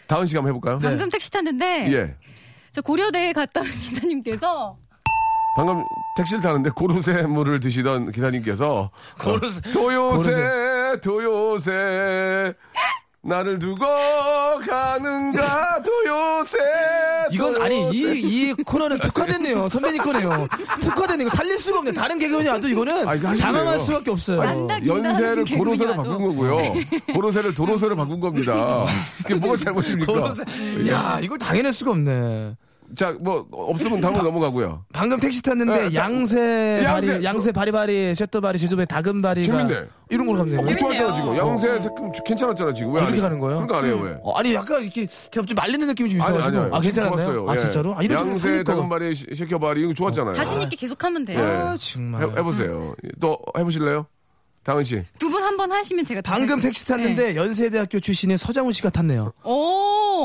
Speaker 2: 다은 씨가 한번 해볼까요?
Speaker 4: 네.
Speaker 5: 방금 택시 탔는데
Speaker 2: 예.
Speaker 5: 저 고려대에 갔다 온 <laughs> 기사님께서
Speaker 2: 방금 택시를 타는데 고로쇠물을 드시던 기사님께서
Speaker 4: <laughs> 고로쇠-
Speaker 2: 어, 도요새 도요새 나를 두고 가는가 도요새
Speaker 4: 이건 아니
Speaker 2: 도요새.
Speaker 4: 이 이 코너는 특화됐네요 선배님 거네요 특화된 이거 살릴 수가 없네 다른 개그맨이 와도 이거는
Speaker 2: 아, 이거 하시네요.
Speaker 4: 장황할 수밖에 없어요
Speaker 5: 안다 긴다
Speaker 2: 연세를
Speaker 5: 하는 개그맨이
Speaker 2: 고로쇠로
Speaker 5: 와도.
Speaker 2: 바꾼 거고요
Speaker 4: 네.
Speaker 2: 고로쇠를 도로쇠로 바꾼 겁니다 이게 뭐가
Speaker 4: <laughs>
Speaker 2: 잘못입니까 예.
Speaker 4: 고로쇠. 야 이걸 당해낼 수가 없네
Speaker 2: 자뭐 없으면 다음으로 넘어가고요
Speaker 4: 방금 택시 탔는데
Speaker 2: 네,
Speaker 4: 양세
Speaker 2: 양세.
Speaker 4: 바리 양세 바리바리 셔터바리 제조배 다금바리가
Speaker 2: 재밌네.
Speaker 4: 이런 걸로 가면 되네
Speaker 2: 좋았잖아 어, 지금 양세 색금 괜찮았잖아 지금 왜안
Speaker 4: 어. 이렇게
Speaker 2: 해?
Speaker 4: 가는 거예요?
Speaker 2: 그러니까 안 해요 왜
Speaker 4: 어, 아니 약간 이렇게 제가 좀 말리는 느낌이 좀
Speaker 2: 아니
Speaker 4: 있어가지고
Speaker 2: 아니요
Speaker 4: 아 괜찮았나요?
Speaker 2: 좋았어요.
Speaker 4: 아
Speaker 2: 예.
Speaker 4: 진짜로? 아 이런 식으로
Speaker 2: 양세
Speaker 4: 살릴 거
Speaker 2: 다금바리 시켜바리 이거 좋았잖아요
Speaker 5: 자신 있게 계속하면 돼요.
Speaker 2: 예.
Speaker 4: 아, 정말
Speaker 2: 해, 보세요또 해보실래요? 다은 씨.
Speaker 5: 두 분 한 번 하시면 제가 다시
Speaker 4: 방금
Speaker 5: 할게요.
Speaker 4: 택시
Speaker 2: 예.
Speaker 4: 탔는데 연세대학교 출신인 서장훈 씨가 탔네요
Speaker 5: 오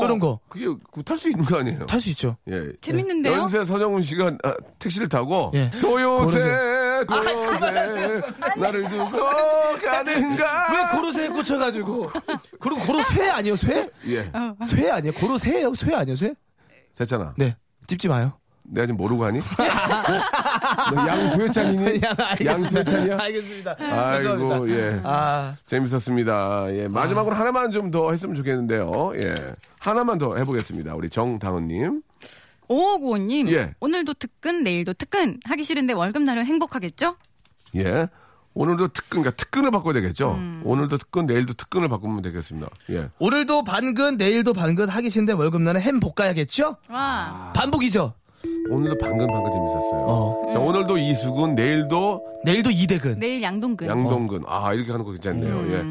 Speaker 2: 어.
Speaker 4: 이런 거 탈 수
Speaker 2: 그게 탈 수 있는 거 아니에요?
Speaker 4: 있죠
Speaker 2: 예.
Speaker 5: 재밌는데요?
Speaker 2: 연세 서정훈 씨가 아, 택시를 타고
Speaker 4: 예.
Speaker 2: 도요새
Speaker 4: 고르세.
Speaker 2: 도요새 나를 두고
Speaker 4: 왜
Speaker 2: 가는가?
Speaker 4: 고로쇠에 꽂혀가지고 그리고 고로쇠 아니에요 쇠?
Speaker 2: 예.
Speaker 4: 쇠 아니에요 고로쇠예요 쇠 아니에요 쇠?
Speaker 2: 세찬아.
Speaker 4: 네 찝지 마요
Speaker 2: 내가 지금 모르고
Speaker 4: <laughs>
Speaker 2: 하니? 어? 너 양소혜찬이니? <laughs> 양세찬이야?
Speaker 4: 알겠습니다
Speaker 2: 아이고
Speaker 4: 아, 예. 죄송합니다
Speaker 2: 예.
Speaker 4: 아
Speaker 2: 재밌었습니다. 예. 마지막으로 하나만 좀 더 했으면 좋겠는데요. 예. 하나만 더 해보겠습니다. 우리 정다은님.
Speaker 5: 5595님
Speaker 2: 예.
Speaker 5: 오늘도 특근 내일도 특근 하기 싫은데 월급날은 행복하겠죠?
Speaker 2: 예. 오늘도 특근, 그러니까 특근을 바꿔야 되겠죠. 오늘도 특근, 내일도 특근을 바꾸면 되겠습니다. 예.
Speaker 4: 오늘도 반근 내일도 반근 하기 싫은데 월급날은 햄 볶아야겠죠?
Speaker 5: 와
Speaker 4: 반복이죠
Speaker 2: 오늘도 방금 방금 재밌었어요.
Speaker 4: 어.
Speaker 2: 자, 오늘도 이수근, 내일도
Speaker 4: 내일도 이대
Speaker 2: 네.
Speaker 4: 근
Speaker 5: 내일 양동근
Speaker 2: 양동근. 아, 이렇게 하는 거 괜찮네요. 예.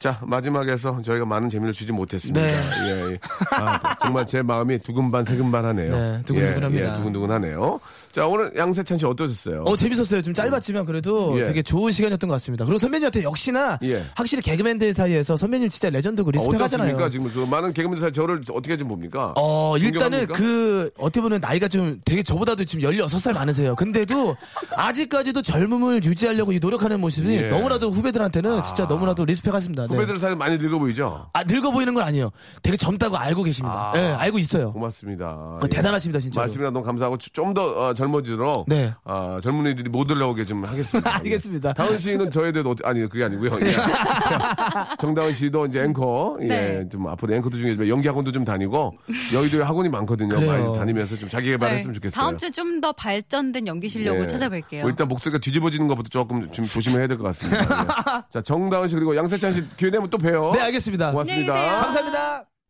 Speaker 2: 자, 마지막에서 저희가 많은 재미를 주지 못했습니다.
Speaker 4: 네.
Speaker 2: 예, 예. 아, 정말 제 마음이 두근반, 세근반 하네요.
Speaker 4: 네, 두근두근합니다.
Speaker 2: 예, 예, 두근두근 하네요. 자, 오늘 양세찬 씨 어떠셨어요?
Speaker 4: 어 재밌었어요. 좀 짧았지만 그래도
Speaker 2: 예.
Speaker 4: 되게 좋은 시간이었던 것 같습니다. 그리고 선배님한테 역시나
Speaker 2: 예. 어,
Speaker 4: 확실히 개그맨들 사이에서 선배님 진짜 레전드고 리스펙하잖아요.
Speaker 2: 어떻습니까? 지금 그 많은 개그맨들 사이 저를 어떻게 좀 봅니까?
Speaker 4: 어, 일단은
Speaker 2: 존경합니까?
Speaker 4: 그, 어떻게 보면 나이가 좀
Speaker 8: 되게 저보다도 지금 16살 많으세요.
Speaker 2: <laughs>
Speaker 8: 근데도 아직까지도 젊음을 유지하려고 이 노력하는 모습이
Speaker 2: 예. 아.
Speaker 8: 너무나도 후배들한테는 진짜 너무나도 리스펙하십니다. 네.
Speaker 2: 후배들 사이 많이 늙어 보이죠?
Speaker 8: 아, 늙어 보이는 건 아니에요. 되게 젊다고 알고
Speaker 2: 아.
Speaker 8: 계십니다. 예, 알고 있어요.
Speaker 2: 고맙습니다.
Speaker 8: 그거 대단하십니다, 진짜.
Speaker 2: 말씀이나 너무 감사하고 좀 더 젊어지도록
Speaker 8: 네.
Speaker 2: 아, 젊은이들이 못 올라오게 좀 하겠습니다.
Speaker 4: <laughs>
Speaker 8: <laughs> 알겠습니다.
Speaker 2: 예. 다은 씨는 저에 대해 어떻게 아니 그게 아니고요.
Speaker 5: <laughs>
Speaker 2: 예. 자, 정다은 씨도 이제 앵커 예,
Speaker 5: 네.
Speaker 2: 좀 앞으로 앵커도 중에 연기 학원도 좀 다니고 여의도에 학원이 많거든요.
Speaker 8: 그래요.
Speaker 2: 많이 다니면서 좀 자기 개발했으면 좋겠어요.
Speaker 5: 네. 다음 주에 좀 더 발전된 연기 실력을
Speaker 2: 예.
Speaker 5: 찾아뵐게요.
Speaker 2: 뭐 일단 목소리가 뒤집어지는 것부터 조금 좀 조심해야 될 것 같습니다.
Speaker 5: <laughs>
Speaker 2: 예. 자 정다은 씨 그리고 양세찬 씨 기회 되면 또 봬요.
Speaker 8: 네, 알겠습니다.
Speaker 2: 고맙습니다.
Speaker 8: 감사합니다.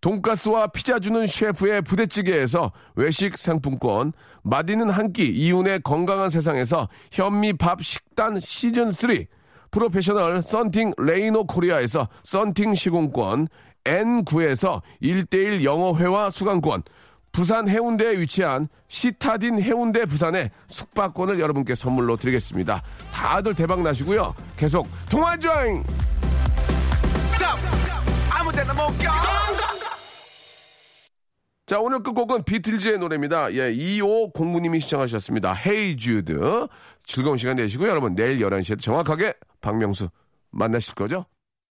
Speaker 2: 돈가스와 피자 주는 셰프의 부대찌개에서 외식 상품권, 맛있는 한 끼 이윤의 건강한 세상에서 현미밥 식단 시즌 3, 프로페셔널 썬팅 레이노 코리아에서 썬팅 시공권, N9에서 1대1 영어회화 수강권, 부산 해운대에 위치한 시타딘 해운대 부산의 숙박권을 여러분께 선물로 드리겠습니다. 다들 대박 나시고요. 계속 통화 조잉! 자, 오늘 끝곡은 비틀즈의 노래입니다. 예, 2509님이 시청하셨습니다. 헤이 주드. 즐거운 시간 되시고 요 여러분 내일 11시에 정확하게 박명수 만나실 거죠?